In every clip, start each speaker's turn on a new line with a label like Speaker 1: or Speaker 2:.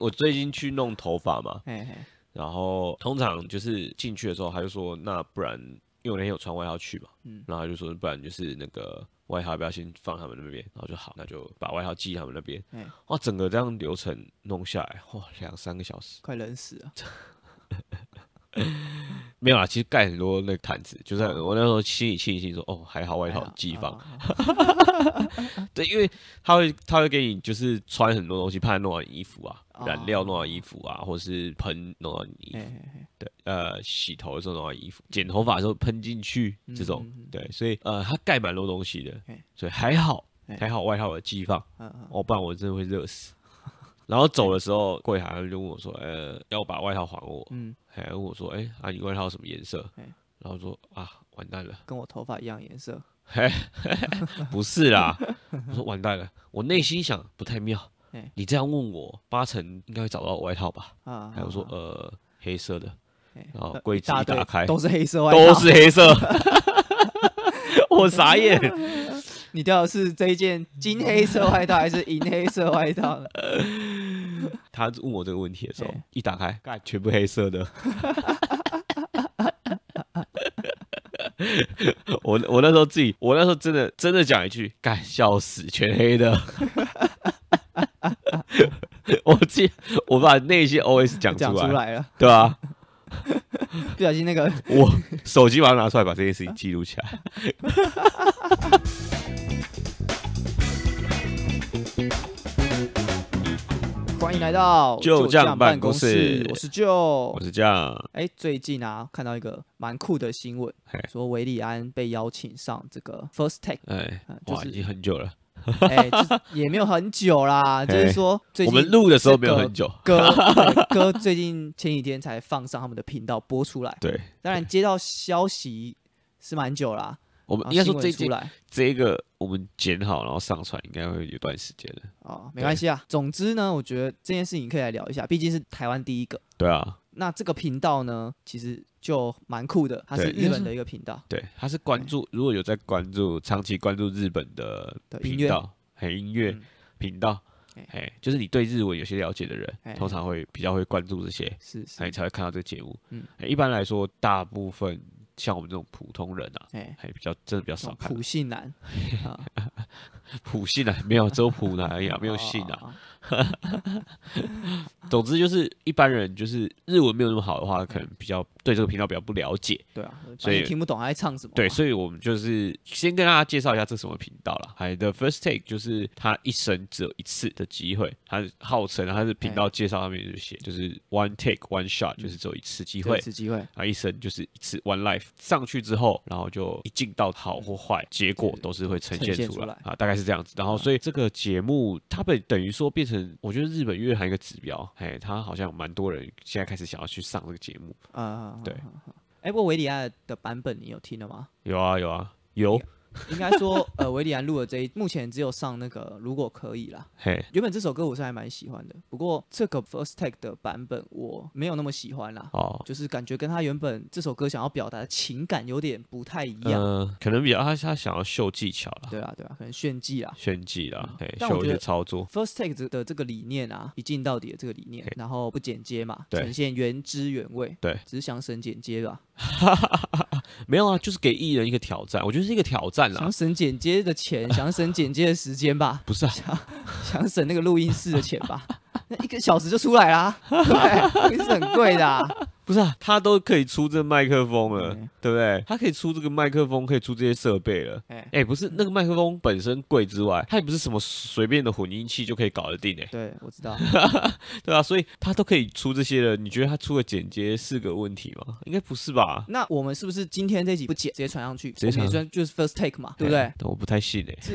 Speaker 1: 我最近去弄头发嘛，
Speaker 2: 嘿嘿，
Speaker 1: 然后通常就是进去的时候，他就说那不然，因为我那天有穿外套去嘛，
Speaker 2: 嗯
Speaker 1: 然后他就说不然就是那个外套要不要先放他们那边，然后就好，那就把外套寄他们那边
Speaker 2: 嗯，
Speaker 1: 哇，整个这样流程弄下来，哇，两三个小时
Speaker 2: 快冷死了。
Speaker 1: 没有啦，其实盖很多那个毯子，就是我那时候心里庆幸说，哦，还好哦外套寄放，
Speaker 2: 啊，
Speaker 1: 对，因为他会他会给你就是穿很多东西，怕弄到你衣服啊，染料弄到你衣服啊，或是喷弄到你衣服
Speaker 2: 嘿嘿嘿，
Speaker 1: 对，呃，洗头的时候弄到衣服，剪头发的时候喷进去 这种，
Speaker 2: 嗯嗯嗯
Speaker 1: 对，所以呃，它盖蛮多东西的
Speaker 2: 嘿，
Speaker 1: 所以还好，
Speaker 2: 嘿
Speaker 1: 还好外套有寄放，
Speaker 2: 嗯嗯，
Speaker 1: 哦，不然我真的会热死。 然后走的时候，柜台就问我说：“呃，要把外套还我？”
Speaker 2: 嗯，
Speaker 1: 还问我说：“哎、啊，你外套什么颜色？”
Speaker 2: 嘿
Speaker 1: 然后说：“啊，完蛋了，
Speaker 2: 跟我头发一样颜色。
Speaker 1: 不是啦。”我说：“完蛋了。”我内心想不太妙
Speaker 2: 嘿，
Speaker 1: 你这样问我，八成应该会找到我外套吧？
Speaker 2: 啊，
Speaker 1: 还有说：“
Speaker 2: 啊，
Speaker 1: 呃，黑色的。”
Speaker 2: 嘿
Speaker 1: 然后
Speaker 2: 呃
Speaker 1: 柜
Speaker 2: 一
Speaker 1: 子
Speaker 2: 大
Speaker 1: 一打
Speaker 2: 堆
Speaker 1: 开
Speaker 2: 都是黑色外套，
Speaker 1: 都是黑色， 我傻眼。
Speaker 2: 你掉的是这一件金黑色外套还是银黑色外套呢？
Speaker 1: 他问我这个问题的时候
Speaker 2: 嘿，
Speaker 1: 一打开，干全部黑色的。我我那时候自己，我那时候真的真的讲一句，干笑死，全黑的。 我自己，我把内心 OS 讲
Speaker 2: 讲
Speaker 1: 出
Speaker 2: 出
Speaker 1: 来，
Speaker 2: 来了，
Speaker 1: 对吧、
Speaker 2: 不小心那个
Speaker 1: 我手机马上拿出来，把这件事情记录起来。
Speaker 2: 欢迎来到
Speaker 1: 旧
Speaker 2: 将
Speaker 1: 将
Speaker 2: 办
Speaker 1: 办公
Speaker 2: 室
Speaker 1: 室，
Speaker 2: 我是旧
Speaker 1: 我。是这样，
Speaker 2: 哎，最近啊，看到一个蛮酷的新闻
Speaker 1: 嘿，
Speaker 2: 说维利安被邀请上这个 First Take，
Speaker 1: 哎
Speaker 2: 嗯，就
Speaker 1: 哇，
Speaker 2: 是
Speaker 1: 已经很久了。
Speaker 2: 哎，这也没有很 久啦，就是
Speaker 1: 嘿
Speaker 2: 说最
Speaker 1: 我
Speaker 2: 近
Speaker 1: 们录的时候
Speaker 2: 这
Speaker 1: 没有
Speaker 2: 个
Speaker 1: 很久，
Speaker 2: 歌对歌最近前几天才放上他们的频道播出来，
Speaker 1: 对。
Speaker 2: 当然接到消息是蛮久啦，
Speaker 1: 我
Speaker 2: 然
Speaker 1: 们
Speaker 2: 后
Speaker 1: 应该
Speaker 2: 哦新
Speaker 1: 说
Speaker 2: 闻
Speaker 1: 这一
Speaker 2: 出
Speaker 1: 集
Speaker 2: 来
Speaker 1: 这一个我们剪好，然后上传，应该会有一段时间了。
Speaker 2: 哦，没关系啊。总之呢，我觉得这件事情可以来聊一下，毕竟是台湾第一个。
Speaker 1: 对啊，
Speaker 2: 那这个频道呢，其实就蛮酷的，它是
Speaker 1: 对
Speaker 2: 日本的一个频道，
Speaker 1: 对，他是关注，如果有在关注，长期关注日本的
Speaker 2: 的音
Speaker 1: 频
Speaker 2: 乐
Speaker 1: 道，嘿，音乐
Speaker 2: 嗯
Speaker 1: 频道
Speaker 2: 嘿，
Speaker 1: 嘿，就是你对日文有些了解的
Speaker 2: 嘿
Speaker 1: 人，通常会比较会关注这些，
Speaker 2: 是是
Speaker 1: 所，以才会看到这个节目。
Speaker 2: 嗯
Speaker 1: 嘿一般来说，大部分像我们这种普通人啊，
Speaker 2: 哎，
Speaker 1: 还比较真的比较
Speaker 2: 这
Speaker 1: 少
Speaker 2: 种
Speaker 1: 看
Speaker 2: 普信男啊，
Speaker 1: 普信啊，没有只有普男而已啊，没有信啊。
Speaker 2: 啊，
Speaker 1: 总之就是一般人就是日文没有那么好的话，可能比较对这个频道比较不了解，
Speaker 2: 对啊，反
Speaker 1: 所以
Speaker 2: 正听不懂他在唱什么嘛，
Speaker 1: 对，所以我们就是先跟大家介绍一下这什么频道了。海的 First Take 就是他一生只有一次的机会，他号称他是频道介绍上面就写，就是 One Take One Shot，就是嗯只有一次机
Speaker 2: 这
Speaker 1: 会。啊
Speaker 2: 次机会，啊
Speaker 1: 他一生就是一次 one life 上去之后，然后就一进到好或坏，结果都是会呈现
Speaker 2: 呈现
Speaker 1: 出
Speaker 2: 出
Speaker 1: 来
Speaker 2: 来
Speaker 1: 啊，大概是这样子。然后所以这个节目它被等于说变成，我觉得日本乐坛一个指标，哎，他好像蛮多人现在开始想要去上这个节目。
Speaker 2: 啊，
Speaker 1: 对。
Speaker 2: 哎，不过维里安的版本你有听了吗？
Speaker 1: 有啊有啊有，
Speaker 2: 应该说，呃，维里安录的这一目前只有上那个如果可以啦。
Speaker 1: 嘿，
Speaker 2: 原本这首歌我是还蛮喜欢的，不过这个 First Take 的版本我没有那么喜欢啦，
Speaker 1: 哦，
Speaker 2: 就是感觉跟他原本这首歌想要表达的情感有点不太一样。
Speaker 1: 嗯，可能比较他他想要秀技巧啦，
Speaker 2: 对啊，对啊，可能炫技啦。
Speaker 1: 炫技啦，嘿，
Speaker 2: 嗯但我
Speaker 1: 秀一
Speaker 2: 觉
Speaker 1: 些
Speaker 2: 得
Speaker 1: 操作，
Speaker 2: First Take 这的这个理念啊，一镜到底的这个理念
Speaker 1: 嘿，
Speaker 2: 然后不剪接嘛，
Speaker 1: 对
Speaker 2: 呈现原汁原味。
Speaker 1: 对，
Speaker 2: 只是想省剪接吧，
Speaker 1: 没有啊，就是给艺人一个挑战，我觉得是一个啊挑战啦
Speaker 2: 想，省剪接的钱，想省剪接的时间吧，
Speaker 1: 不是啊，
Speaker 2: 想省那个录音室的钱吧。 那一个小时就出来啦，对不对，录音室很贵的啊、
Speaker 1: 不是啊，他都可以出这麦克风了
Speaker 2: 对，
Speaker 1: 对不对？他可以出这个麦克风，可以出这些设备了。
Speaker 2: 哎、
Speaker 1: 哎、不是那个麦克风本身贵之外，它也不是什么随便的混音器就可以搞得定哎、
Speaker 2: 对，我知道。
Speaker 1: 对啊，所以他都可以出这些了。你觉得他出个剪接是个问题吗？应该不是吧？
Speaker 2: 那我们是不是今天这集不剪，直接传上去？
Speaker 1: 直接
Speaker 2: 我们
Speaker 1: 传
Speaker 2: 也算就是 first take 嘛，对不对
Speaker 1: 嘿？？但我不太信哎、
Speaker 2: 是，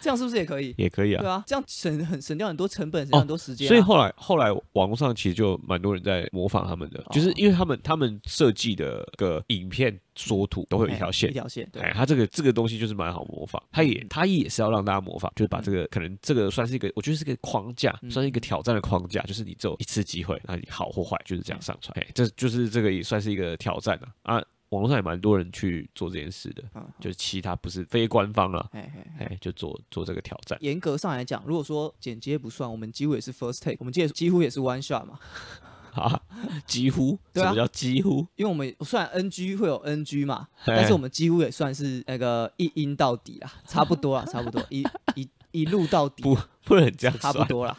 Speaker 2: 这样是不 是也可以？
Speaker 1: 也可以啊
Speaker 2: 对。啊，这样省很省掉很多成本，省掉很多时间
Speaker 1: 哦
Speaker 2: 啊、
Speaker 1: 所以后来后来网络上其实就蛮多人在模仿他们
Speaker 2: 哦
Speaker 1: 的，就是因为他们他们设计的个影片缩图都会有一
Speaker 2: 哎嗯
Speaker 1: 条线
Speaker 2: 一。条线，对
Speaker 1: 哎，他这个这个东西就是蛮好模仿，他也他也是要让大家模仿，就是把这个可能这个算是一个，我觉得是个框架，
Speaker 2: 嗯
Speaker 1: 算是一个挑战的框架，就是你
Speaker 2: 嗯
Speaker 1: 只有一次机会，那你好或坏就是这样上传，哎，这就是这个也算是一个挑战啊啊。网络上也蛮多人去做这件事的，
Speaker 2: 嗯，
Speaker 1: 就是其他不是非官方啊，
Speaker 2: 嘿嘿嘿
Speaker 1: 哎，就做做这个挑战。
Speaker 2: 严格上来讲，如果说剪接不算，我们几乎也是 first take，我们几几乎也是 one shot 嘛，
Speaker 1: 啊，几乎，
Speaker 2: 对
Speaker 1: 什
Speaker 2: 啊
Speaker 1: 么叫几乎？
Speaker 2: 因为我们虽然 NG 会有 NG 嘛，但是我们几乎也算是那个一音到底 啦，差不多啦，差不多一一一路到底，
Speaker 1: 不不能这样
Speaker 2: 差
Speaker 1: 算
Speaker 2: 不，多啦。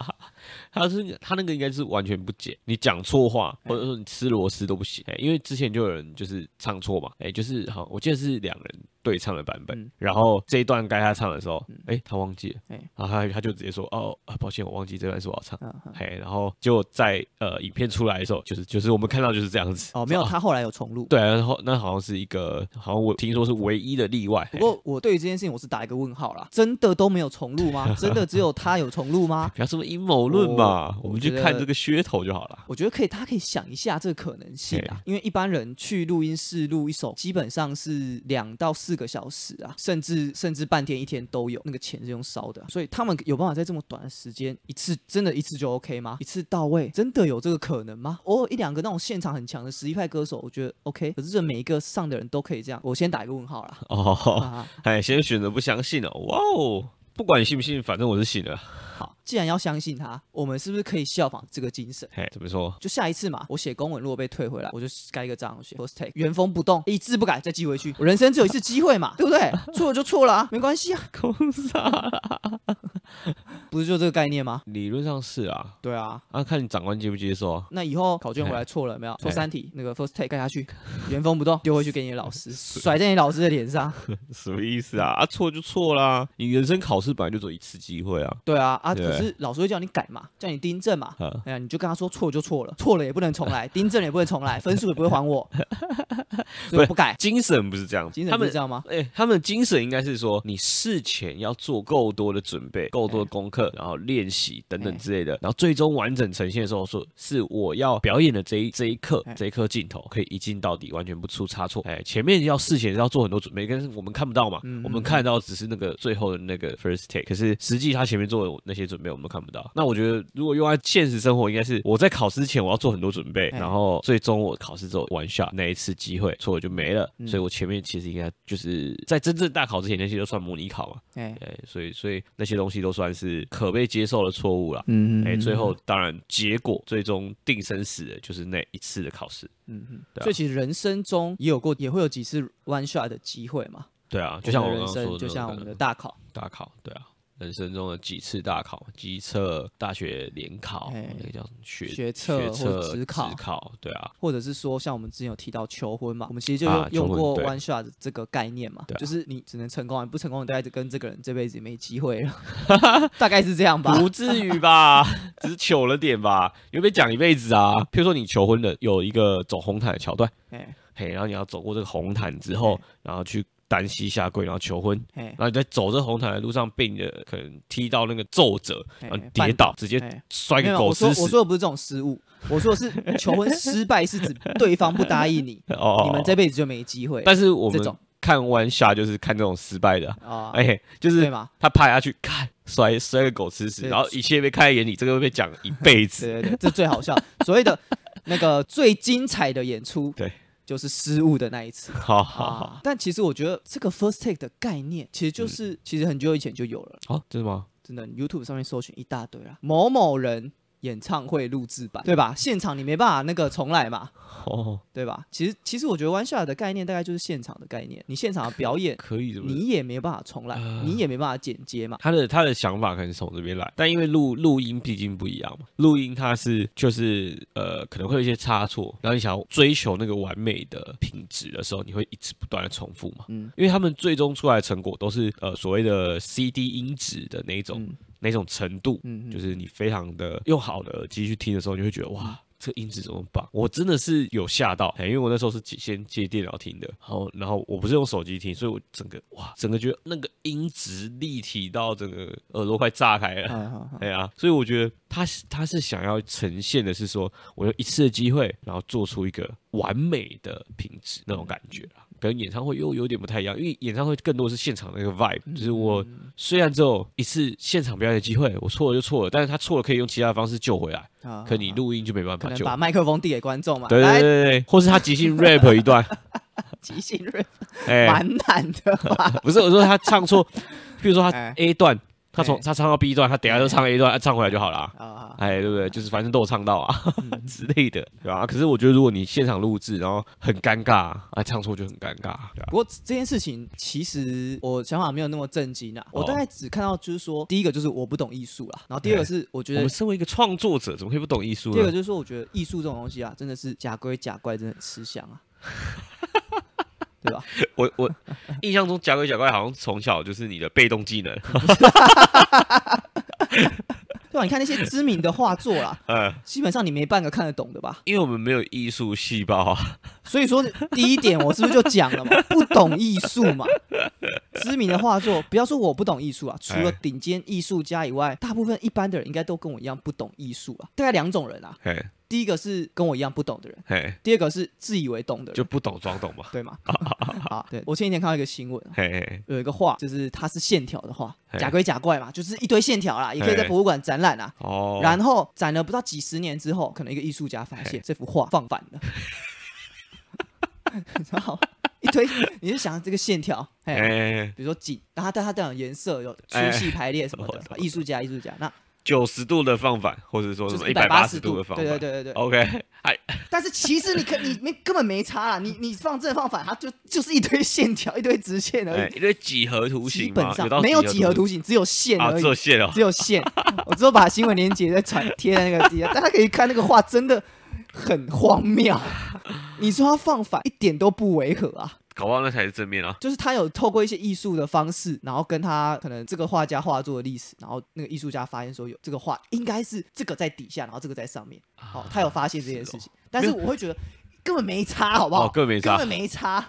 Speaker 1: 他是他那个应该是完全不解，你讲错话
Speaker 2: 哎
Speaker 1: 或者说你吃螺丝都不行、哎因为之前就有人就是唱错嘛，哎、就是好，我记得是两人对唱的版本，
Speaker 2: 嗯
Speaker 1: 然后这一段该他唱的时候，哎、他忘记了，
Speaker 2: 哎
Speaker 1: 然后他他就直接说哦、啊抱歉，我忘记这段是我要唱，
Speaker 2: 嗯，嗯
Speaker 1: 哎、然后结果在呃影片出来的时候，就是就是我们看到就是这样子，
Speaker 2: 哦，没有，
Speaker 1: 说
Speaker 2: 他后来有重录。
Speaker 1: 对，啊然后那好像是一个，好像我听说是唯一的例外，
Speaker 2: 不过我对于这件事情我是打一个问号啦，真的都没有重录吗？真的只有他有重录吗
Speaker 1: 哎？不要这么阴谋论嘛，
Speaker 2: 我
Speaker 1: 我们去
Speaker 2: 我觉得
Speaker 1: 看这个噱头就好了。
Speaker 2: 我觉得可以，他可以想一下这个可能性啊，因为一般人去录音室录一首，基本上是两到四个小时啊，甚至甚至半天一天都有，那个钱是用烧的啊，所以他们有办法在这么短的时间一次真的一次就 OK 吗？一次到位，真的有这个可能吗？哦偶尔一两个那种现场很强的实力派歌手，我觉得 OK，可是这每一个上的人都可以这样，我先打一个问号啦。啊
Speaker 1: 哦，
Speaker 2: 啊，
Speaker 1: 哎，先选择不相信了，哇哦！不管你信不信，反正我是信了。
Speaker 2: 好，既然要相信他，我们是不是可以效仿这个精神？
Speaker 1: 嘿，怎么说？
Speaker 2: 就下一次嘛，我写公文如果被退回来，我就盖一个章，我写 first take，原封不动，一字不改，再寄回去。我人生只有一次机会 嘛，对不对？错了就错了啊，没关系啊，
Speaker 1: 空杀？
Speaker 2: 不是就这个概念吗？
Speaker 1: 理论上是啊，
Speaker 2: 对啊，
Speaker 1: 啊，看你长官接不接受啊。
Speaker 2: 那以后考卷回来错了有 没
Speaker 1: 哎
Speaker 2: 有？错三题，那个 first take 盖下去，原封不动丢回去给你的老 师，甩在你老师的脸上。
Speaker 1: 什么意思啊？啊，错就错啦，你人生考试本来就只有一次机会啊。
Speaker 2: 对啊，啊，
Speaker 1: 对
Speaker 2: 可是老师会叫你改嘛，叫你订正嘛。
Speaker 1: 啊，
Speaker 2: 哎呀，你就跟他说错就错了，错了也不能重 来，订正也不能重来，分数也不会还我，所以我不改。
Speaker 1: 精神不是这样，
Speaker 2: 精
Speaker 1: 他
Speaker 2: 神是
Speaker 1: 们
Speaker 2: 这样吗？
Speaker 1: 哎、他们的精神应该是说，你事前要做够多的准备，够多的功课，然后练习等等之类的，然后最终完整呈现的时候，说是我要表演的这一这一刻
Speaker 2: 哎，
Speaker 1: 这一刻镜头可以一镜到底，完全不出差错。哎、前面要事前要做很多准备，但是我们看不到嘛，
Speaker 2: 嗯
Speaker 1: 我们看到只是那个最后的那个 first take，可是实际他前面做的那些准备我们都看不到。那我觉得，如果用在现实生活，应该是我在考试之前我要做很多准备，
Speaker 2: 哎
Speaker 1: 然后最终我考试之后玩下那一次机会，错了就没了。
Speaker 2: 嗯
Speaker 1: 所以我前面其实应该就是在真正大考之前那些都算模拟考嘛，
Speaker 2: 哎，
Speaker 1: 哎、所以所以那些东西都算是可被接受的错误啦。
Speaker 2: 嗯
Speaker 1: 哎、最后当然结果最终定生死的就是那一次的考试。
Speaker 2: 嗯嗯，
Speaker 1: 对啊
Speaker 2: 所以其实人生中也有过，也会有几次 one shot 的机会嘛。
Speaker 1: 对啊，就像我
Speaker 2: 们
Speaker 1: 刚
Speaker 2: 的
Speaker 1: 刚说
Speaker 2: 人生，
Speaker 1: 的，
Speaker 2: 就像我们的大考，
Speaker 1: 大考，对啊，人生中的几次大考，机测、大学联考，
Speaker 2: 哎
Speaker 1: 那个叫什么学
Speaker 2: 学测
Speaker 1: 学
Speaker 2: 或者
Speaker 1: 测
Speaker 2: 职考
Speaker 1: 对啊，
Speaker 2: 或者是说像我们之前有提到求婚嘛，我们其实就用、
Speaker 1: 啊
Speaker 2: 用
Speaker 1: 求婚
Speaker 2: 过
Speaker 1: 对
Speaker 2: one shot 这个概念嘛，
Speaker 1: 对啊
Speaker 2: 就是你只能成功，不成功，你大概就跟这个人这辈子也没机会了， 大概是这样吧。
Speaker 1: 不至于 吧？只是糗了点吧？有没有讲一辈子啊？譬如说你求婚的有一个走红毯的桥段，
Speaker 2: 哎
Speaker 1: 嘿，然后你要走过这个红毯之后
Speaker 2: 哎，
Speaker 1: 然后去单膝下跪，然后求婚。
Speaker 2: 哎
Speaker 1: 然后你在走这红毯的路上，被你的可能踢到那个皱褶，
Speaker 2: 哎
Speaker 1: 然后你
Speaker 2: 绊
Speaker 1: 跌倒，直接
Speaker 2: 哎
Speaker 1: 摔
Speaker 2: 没
Speaker 1: 个
Speaker 2: 有，
Speaker 1: 狗
Speaker 2: 我说
Speaker 1: 吃
Speaker 2: 我
Speaker 1: 屎。
Speaker 2: 说的不是这种失误，我说的是求婚失败是指对方不答应你，
Speaker 1: 哦
Speaker 2: 你们这辈子就没机会了。
Speaker 1: 但是我
Speaker 2: 这
Speaker 1: 们
Speaker 2: 种
Speaker 1: 看弯下就是看这种失败的啊，
Speaker 2: 啊，
Speaker 1: 哎，就是
Speaker 2: 对吗？
Speaker 1: 他趴下去看，摔摔个狗吃屎，
Speaker 2: 对
Speaker 1: 然后一切被看在眼里，这个会被讲一辈子。
Speaker 2: 对对对，这最好笑。所谓的那个最精彩的演出，
Speaker 1: 对，
Speaker 2: 就是失误的那一 次。
Speaker 1: 好好好，
Speaker 2: 啊！但其实我觉得这个 first take 的概念，其实
Speaker 1: 嗯
Speaker 2: 就是、其实很久以前就有了，
Speaker 1: 好，真的吗？
Speaker 2: 真的你 YouTube 上面搜寻一大堆啦，某某人演唱会录制版，对吧？现场你没办法那个重来嘛，
Speaker 1: 哦，
Speaker 2: 对吧？其实其实我觉得 one shot 的概念大概就是现场的概念，你现场的 表演
Speaker 1: 可以，是不是？
Speaker 2: 你也没办法重来，
Speaker 1: 啊
Speaker 2: 你也没办法剪接嘛。
Speaker 1: 他的他的想法可能是从这边来，但因为录录音毕竟不一样嘛，录音它是就是呃可能会有一些差错，然后你想要追求那个完美的品质的时候，你会一直不断的重复嘛，
Speaker 2: 嗯
Speaker 1: 嗯，因为他们最终出来的成果都是呃所谓的 CD 音质的那一种、
Speaker 2: 嗯
Speaker 1: 那种程度，
Speaker 2: 嗯，
Speaker 1: 就是是你非常的用好的耳机去听的时候，你会觉得
Speaker 2: 嗯
Speaker 1: 哇，这个音质怎么棒？我真的是有吓到，哎因为我那时候是先接电脑听的，然后然后我不是用手机听，所以我整个哇，整个觉得那个音质立体到整个耳朵快炸开了。
Speaker 2: 嗯
Speaker 1: 哎呀，所以我觉得他是他是想要呈现的是说，我有一次的机会，然后做出一个完美的品质那种感觉啊，
Speaker 2: 嗯
Speaker 1: 跟演唱会又有点不太一样，因为演唱会更多是现场那个
Speaker 2: 嗯
Speaker 1: vibe，就是我虽然只有一次现场表演的机会，我错了就错了，但是他错了可以用其他的方式救回来，
Speaker 2: 啊
Speaker 1: 可你录音就没办
Speaker 2: 可
Speaker 1: 法
Speaker 2: 能
Speaker 1: 救。
Speaker 2: 把麦克风递给观众嘛，
Speaker 1: 对对
Speaker 2: 来
Speaker 1: 对对，或是他即兴 rap 一段，
Speaker 2: 即兴 rap
Speaker 1: 哎、
Speaker 2: 蛮难 的吧？
Speaker 1: 不是我说他唱错，比如说他
Speaker 2: 哎
Speaker 1: A 段，他从
Speaker 2: 哎
Speaker 1: 他唱到 B 段，他等一下就唱 A 段，啊唱回来就好啦。
Speaker 2: 啊，
Speaker 1: 哎，对不对？就是反正都有唱到啊
Speaker 2: 嗯
Speaker 1: 之类的，对吧、啊可是我觉得如果你现场录制，然后很尴尬啊，唱错就很尴尬，对啊吧、
Speaker 2: 不过这件事情其实我想法没有那么震惊啊，我
Speaker 1: 哦
Speaker 2: 大概只看到就是说，第一个就是我不懂艺术啦，然后第二个是我觉
Speaker 1: 哎我
Speaker 2: 得
Speaker 1: 们身为一个创作者，怎么可以不懂艺术
Speaker 2: 第二个
Speaker 1: 呢？
Speaker 2: 就是说，我觉得艺术这种东西啊，真的是假归假怪，真的很吃香啊，对吧？
Speaker 1: 我我印象中假鬼假怪好像从小就是你的被动技能，
Speaker 2: 对吧？啊你看那些知名的画作 啦，
Speaker 1: 呃，
Speaker 2: 基本上你没半个看得懂的吧？
Speaker 1: 因为我们没有艺术细胞啊，
Speaker 2: 所以说第一点，我是不是就讲 了嘛？不懂艺术嘛，知名的画作，不要说我不懂艺术啊，除了
Speaker 1: 哎
Speaker 2: 顶尖艺术家以外，大部分一般的人应该都跟我一样不懂艺术啊。大概两种人啊，
Speaker 1: 嘿
Speaker 2: 第一个是跟我一样不懂的人，
Speaker 1: 嘿，
Speaker 2: 第二个是自以为懂的
Speaker 1: 就
Speaker 2: 人，
Speaker 1: 不懂装懂嘛，
Speaker 2: 对吗？ 啊，对我前几天看到一个新闻啊，
Speaker 1: 嘿嘿，
Speaker 2: 有一个画，就是它是线条的画，
Speaker 1: 嘿
Speaker 2: 假龟假怪嘛，就是一堆线条啦，也可以在
Speaker 1: 嘿
Speaker 2: 博物馆展览啦。
Speaker 1: 哦，
Speaker 2: 然后展了不知道几十年之后，可能一个艺术家发现这幅画放反了， 你知道吗？一堆，你就想这个线条，哎，
Speaker 1: 哎，
Speaker 2: 比如说紧，然后它它当然有颜色有粗
Speaker 1: 哎
Speaker 2: 细排列什么的
Speaker 1: 我，懂
Speaker 2: 艺术家艺术家，那
Speaker 1: 九十度的放反，或者说
Speaker 2: 就
Speaker 1: 什么
Speaker 2: 是
Speaker 1: 一
Speaker 2: 一百
Speaker 1: 八
Speaker 2: 八十
Speaker 1: 度
Speaker 2: 度
Speaker 1: 的，放
Speaker 2: 对
Speaker 1: 反，
Speaker 2: 对对对对。
Speaker 1: ，OK，哎，
Speaker 2: 但是其实你可你没根本没差啦，你 你放正放反，它就就是一堆线条，一堆直线而
Speaker 1: 哎
Speaker 2: 已，
Speaker 1: 因为几何图
Speaker 2: 基
Speaker 1: 形
Speaker 2: 本
Speaker 1: 嘛，
Speaker 2: 上
Speaker 1: 到
Speaker 2: 没有
Speaker 1: 几
Speaker 2: 几何图形，只有线
Speaker 1: 啊，
Speaker 2: 而
Speaker 1: 只
Speaker 2: 已。
Speaker 1: 有线哦，
Speaker 2: 只 有线。我之后把新闻链接再传贴在那个底下，大家可以看那个画，真的很荒谬。你说它放反一点都不违和啊，
Speaker 1: 搞不好那才是正面啊，
Speaker 2: 就是他有透过一些艺术的方式，然后跟他可能这个画家画作的历史，然后那个艺术家发现说有这个画应该是这个在底下，然后这个在上面。
Speaker 1: 啊
Speaker 2: 好、他有发现这件事情，但是我会觉得根本没差，好不好？
Speaker 1: 哦，更没
Speaker 2: 根
Speaker 1: 差
Speaker 2: 本。没差。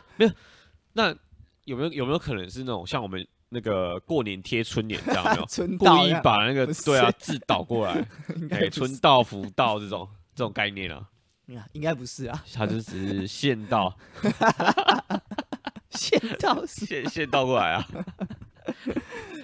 Speaker 1: 那有没有有没有可能是那种像我们那个过年贴春联这样 有没有？
Speaker 2: 存
Speaker 1: 故
Speaker 2: 档
Speaker 1: 意
Speaker 2: 呀
Speaker 1: 把那个
Speaker 2: 不是
Speaker 1: 对啊字倒过来，
Speaker 2: 应
Speaker 1: 哎、
Speaker 2: 该不
Speaker 1: 春
Speaker 2: 是，
Speaker 1: 到福到这种这种概念啊，
Speaker 2: 应该不是啊，
Speaker 1: 它就只是线到
Speaker 2: 线到是
Speaker 1: 线线倒过来啊，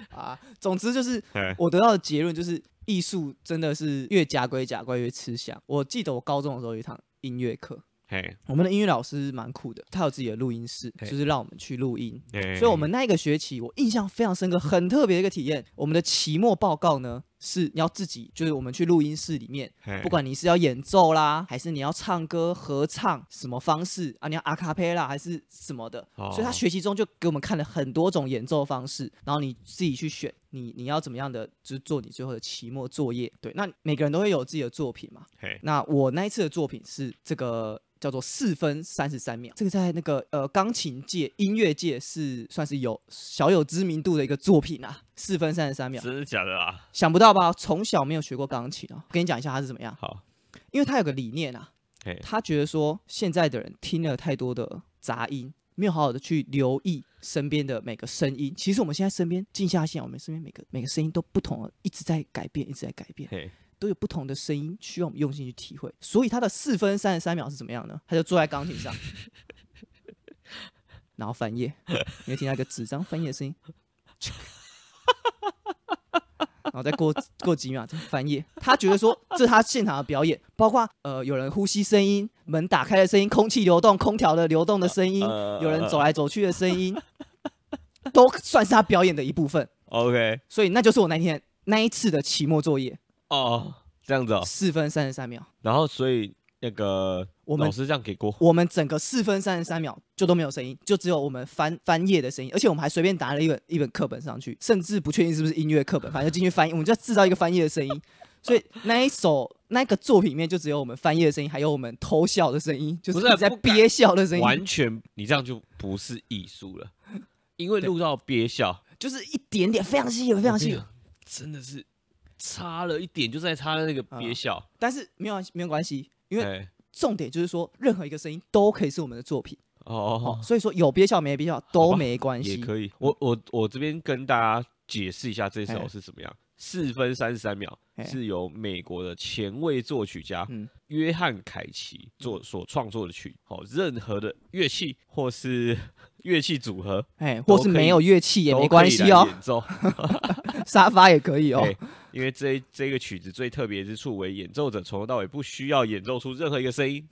Speaker 2: 啊，总之就是
Speaker 1: 哎
Speaker 2: 我得到的结论就是，艺术真的是越假归假怪越吃香。我记得我高中的时候有一堂音乐课，
Speaker 1: 嘿，
Speaker 2: 我们的音乐老师蛮酷的，他有自己的录音室，
Speaker 1: 嘿
Speaker 2: 就是让我们去录音。
Speaker 1: 嘿
Speaker 2: 所以我们那一个学期，我印象非常深刻，很特别的一个体验。我们的期末报告呢，是你要自己，就是我们去录音室里面，
Speaker 1: 嘿
Speaker 2: 不管你是要演奏啦，还是你要唱歌、合唱什么方式啊，你要阿卡贝拉还是什么的，
Speaker 1: 哦
Speaker 2: 所以他学习中就给我们看了很多种演奏方式，然后你自己去选你你要怎么样的，就是做你最后的期末作业。对，那每个人都会有自己的作品嘛。
Speaker 1: 嘿
Speaker 2: 那我那一次的作品是这个。叫做四分三十三秒，这个在那个呃钢琴界、音乐界是算是有小有知名度的一个作品啊。四分三十三秒，
Speaker 1: 真的假的啊？
Speaker 2: 想不到吧？从小没有学过钢琴啊，跟你讲一下它是怎么样。
Speaker 1: 好，
Speaker 2: 因为他有个理念啊
Speaker 1: 嘿，
Speaker 2: 他觉得说现在的人听了太多的杂音，没有好好的去留意身边的每个声音。其实我们现在身边静下心来，我们身边每个每个声音都不同了，一直在改变，一直在改变，
Speaker 1: 嘿，
Speaker 2: 都有不同的声音需要我们用心去体会。所以他的四分三十三秒是怎么样呢？他就坐在钢琴 上，然后翻页，你会听到一个纸张翻页的声音， 然后再过过几秒再翻页。他觉得说这是他现场的表演，包括呃有人呼吸声音、门打开的声音、空气流动、空调的流动的声音，
Speaker 1: 呃
Speaker 2: 有人走来走去的声音，都算是他表演的一部分。
Speaker 1: ，OK，
Speaker 2: 所以那就是我那天那一次的期末作业，
Speaker 1: 哦，这样子哦，
Speaker 2: 四分三十三秒。
Speaker 1: 然后所以那个
Speaker 2: 我们
Speaker 1: 老师这样给过，
Speaker 2: 我们整个四分三十三秒就都没有声音，就只有我们翻翻页的声音，而且我们还随便拿了一本一本课本上去，甚至不确定是不是音乐课本，反正就进去翻译，我们就制造一个翻页的声音。所以那一首那个作品里面就只有我们翻页的声音，还有我们偷笑的声音，就
Speaker 1: 不
Speaker 2: 是
Speaker 1: 是啊
Speaker 2: 一直在
Speaker 1: 不敢
Speaker 2: 憋笑的声音，
Speaker 1: 完全你这样就不是艺术了，因为
Speaker 2: 对
Speaker 1: 录到憋笑。
Speaker 2: 就是一点点，非常稀有，非
Speaker 1: 这样
Speaker 2: 常稀有。
Speaker 1: 真的是差了一点，就在差那个憋笑，
Speaker 2: 但是没有没有关系，啊因为
Speaker 1: 哎，
Speaker 2: 重点就是说，任何一个声音都可以是我们的作品。哦
Speaker 1: 哦，，
Speaker 2: 所以说有憋笑没憋笑
Speaker 1: 好
Speaker 2: 都
Speaker 1: 吧
Speaker 2: 没关
Speaker 1: 也
Speaker 2: 系。
Speaker 1: 可以。我我我这边跟大家解释一下这首
Speaker 2: 哎
Speaker 1: 是怎么样。四分三十三秒
Speaker 2: 哎
Speaker 1: 是由美国的前卫作曲家
Speaker 2: 嗯
Speaker 1: 约翰凯奇作所创作的曲。好，任何的乐器或是乐器组合
Speaker 2: 哎，
Speaker 1: 都
Speaker 2: 或是
Speaker 1: 可以
Speaker 2: 没有乐器也
Speaker 1: 都
Speaker 2: 没
Speaker 1: 可
Speaker 2: 关
Speaker 1: 以哎
Speaker 2: 系
Speaker 1: 来
Speaker 2: 哦，
Speaker 1: 演 奏。
Speaker 2: 沙发也可以哦。
Speaker 1: 对，因为这这个曲子最特别之处为演奏者从头到尾不需要演奏出任何一个声音。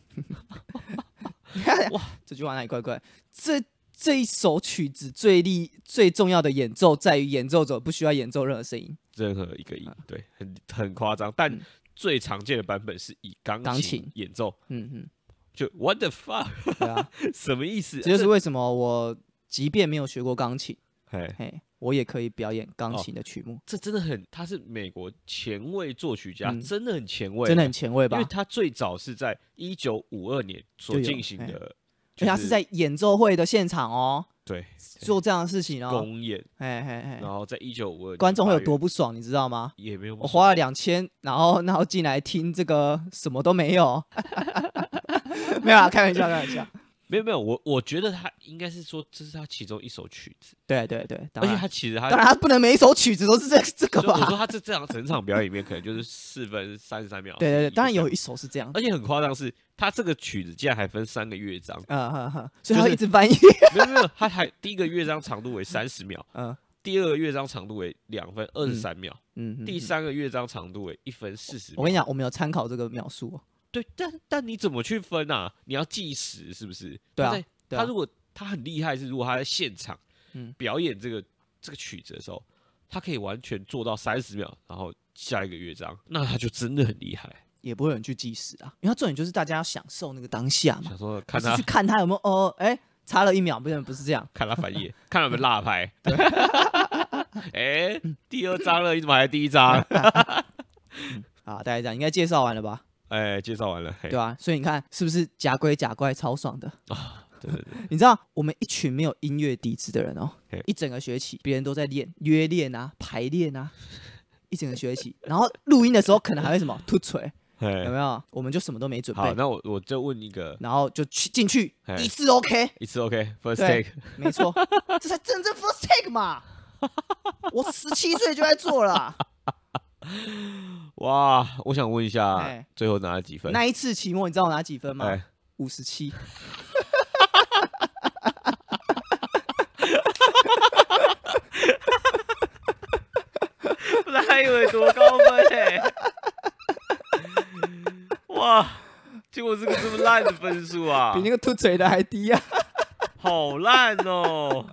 Speaker 2: 哇，这句话哪里怪怪？这这一首曲子最厉最重要的演奏在于演奏者不需要演奏任何声音，
Speaker 1: 任何一个
Speaker 2: 啊
Speaker 1: 音，对，很很夸张。但最常见的版本是以钢
Speaker 2: 嗯钢
Speaker 1: 琴
Speaker 2: 琴
Speaker 1: 演奏，
Speaker 2: 嗯嗯，
Speaker 1: 就 What the fuck，
Speaker 2: 对啊，
Speaker 1: 什么意思？
Speaker 2: 这就是为什么我即便没有学过钢琴，
Speaker 1: 哎，
Speaker 2: 嘿，我也可以表演钢
Speaker 1: 哦
Speaker 2: 琴的曲目，
Speaker 1: 这真的很，他是美国前卫作曲家，
Speaker 2: 嗯
Speaker 1: 真的很前卫，
Speaker 2: 真的很前卫
Speaker 1: 因
Speaker 2: 吧
Speaker 1: 为？他最早是在一九五二年所
Speaker 2: 就有
Speaker 1: 进行
Speaker 2: 哎
Speaker 1: 的，
Speaker 2: 因为他是在演奏会的现场哦，
Speaker 1: 对
Speaker 2: 做这样的事情哦，
Speaker 1: 公演，
Speaker 2: 嘿嘿嘿
Speaker 1: 然，后在一九五二，
Speaker 2: 观众会有多不爽，你知道吗？
Speaker 1: 也没有不
Speaker 2: 我
Speaker 1: 爽，
Speaker 2: 花了两千，然后然后进来听这个什么都没 有，没有啊，开玩笑，开玩笑。
Speaker 1: 没有没有，我我觉得他应该是说这是他其中一首曲子，
Speaker 2: 对对对，当
Speaker 1: 而且
Speaker 2: 然
Speaker 1: 他其实他
Speaker 2: 当然他不能每一首曲子都是这这个
Speaker 1: 所以我
Speaker 2: 吧？
Speaker 1: 说他这这场整场表演里面可能就是四分三十三秒。
Speaker 2: 对对对，
Speaker 1: 41
Speaker 2: 当然有
Speaker 1: 个小时，
Speaker 2: 一首是这样，，
Speaker 1: 哦而且很夸张是，他这个曲子竟然还分三个乐章
Speaker 2: 嗯哼哼，所以
Speaker 1: 就
Speaker 2: 他
Speaker 1: 是
Speaker 2: 一直翻译，
Speaker 1: 没有没有，他还第一个乐章长度为三十秒，
Speaker 2: 嗯
Speaker 1: 第二个乐章长度为两分二十三秒，
Speaker 2: 嗯，嗯
Speaker 1: 第
Speaker 2: 嗯
Speaker 1: 三个乐章长度为一分四十。
Speaker 2: 我跟你讲，我们有参考这个描述哦，
Speaker 1: 对，但但你怎么去分啊？你要计时是不是？
Speaker 2: 对啊
Speaker 1: 他在
Speaker 2: 对
Speaker 1: 他
Speaker 2: 啊
Speaker 1: 如果他很厉害，是如果他在现场
Speaker 2: 嗯
Speaker 1: 表演这个、这个曲子的时候，他可以完全做到三十秒，然后下一个乐章，那他就真的很厉害。
Speaker 2: 也不会有人去计时啊，因为它重点就是大家要享受那个当下嘛，
Speaker 1: 想说
Speaker 2: 不
Speaker 1: 看
Speaker 2: 是
Speaker 1: 他
Speaker 2: 去看他有没有哦，哎，差了一秒，不是不是这样，
Speaker 1: 看他 翻页，看他们辣拍。哎、第二章了，你怎么还第一章？
Speaker 2: 啊，大家这样应该介绍完了吧？
Speaker 1: 哎、介绍完了，嘿
Speaker 2: 对吧、所以你看是不是假鬼假怪超爽的？
Speaker 1: 对对对，
Speaker 2: 你知道我们一群没有音乐底子的人哦
Speaker 1: 嘿，
Speaker 2: 一整个学期别人都在练约练啊、排练啊，一整个学期，然后录音的时候可能还会什么突锤，有
Speaker 1: 嘿
Speaker 2: 没有？我们就什么都没准
Speaker 1: 好，
Speaker 2: 备，
Speaker 1: 那我我就问一个，
Speaker 2: 然后就去进去
Speaker 1: 嘿
Speaker 2: 一次 OK，
Speaker 1: 一次 OK，first、
Speaker 2: 对
Speaker 1: take，
Speaker 2: 没错， 这才真正 first take 嘛。我十七岁就在做了 啊，
Speaker 1: 哇，我想问一下
Speaker 2: 哎，
Speaker 1: 最后拿了几分？
Speaker 2: 那一次期末你知道我拿几分吗？
Speaker 1: 哎，
Speaker 2: 五十七。
Speaker 1: 不然还以为多高分哎、 哇，结果是个这么烂的分数啊
Speaker 2: 比那个吐嘴的还低啊！
Speaker 1: 好烂哦！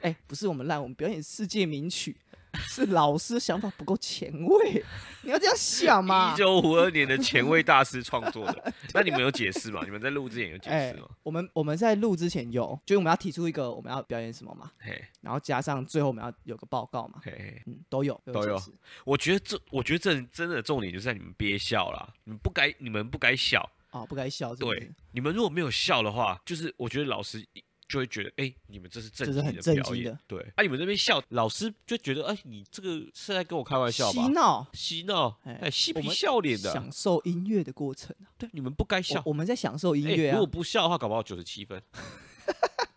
Speaker 2: 哎、不是我们烂，我们表演世界名曲，是老师想法不够前卫。 你要这样想嘛
Speaker 1: 一？九五二年的前卫大师创作 的，那你们有解释吗？你们在录之前有解
Speaker 2: 哎、
Speaker 1: 释吗？
Speaker 2: 我们我们在录之前有，就是我们要提出一个我们要表演什么嘛，
Speaker 1: 嘿，
Speaker 2: 然后加上最后我们要有个报告嘛，
Speaker 1: 嘿嘿，
Speaker 2: 嗯，都有
Speaker 1: 都有
Speaker 2: 解释
Speaker 1: 我觉得这，我觉得这真的重点就是在你们憋笑啦，你们不该，你们不该笑。
Speaker 2: 哦，不该笑是不
Speaker 1: 对
Speaker 2: 是？，
Speaker 1: 你们如果没有笑的话，就是我觉得老师就会觉得，哎、你们这是正
Speaker 2: 这是
Speaker 1: 经
Speaker 2: 很
Speaker 1: 的
Speaker 2: 正
Speaker 1: 表
Speaker 2: 经
Speaker 1: 演
Speaker 2: 的。
Speaker 1: 对，啊，你们那边笑，老师就觉得，哎、你这个是在跟我开玩笑吧
Speaker 2: 嬉？闹，
Speaker 1: 嬉闹，
Speaker 2: 啊哎
Speaker 1: 哎，嬉
Speaker 2: 我
Speaker 1: 皮
Speaker 2: 们
Speaker 1: 笑脸的，
Speaker 2: 享受音乐的过程啊、
Speaker 1: 对，你们不该笑
Speaker 2: 我。我们在享受音
Speaker 1: 哎
Speaker 2: 乐
Speaker 1: 如
Speaker 2: 啊，
Speaker 1: 果不笑的话，搞不好九十七分，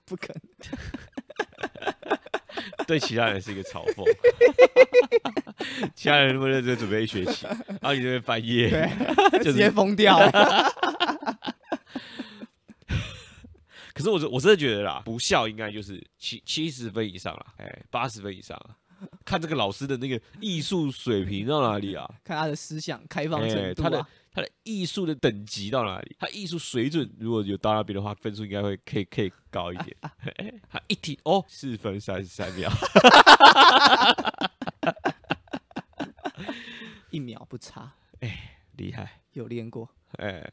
Speaker 2: 不可能。
Speaker 1: 对其他人是一个嘲讽。 其他人那么认真准备一学期，然后你这边翻页，
Speaker 2: 对，
Speaker 1: 就是
Speaker 2: 直接疯 掉 了。
Speaker 1: 可是我真我真的觉得啦，不笑应该就是七七十分以上啦，哎，八十分以上啦。看这个老师的那个艺术水平到哪里啊？
Speaker 2: 看他的思想开放
Speaker 1: 哎
Speaker 2: 程度
Speaker 1: 他的
Speaker 2: 啊，
Speaker 1: 他的艺术的等级到哪里？他艺术水准如果有到那边的话，分数应该会可以可以高一点。 他一题哦，四分三十三秒，
Speaker 2: 一秒不差，
Speaker 1: 厉害！
Speaker 2: 有练过，
Speaker 1: 哎，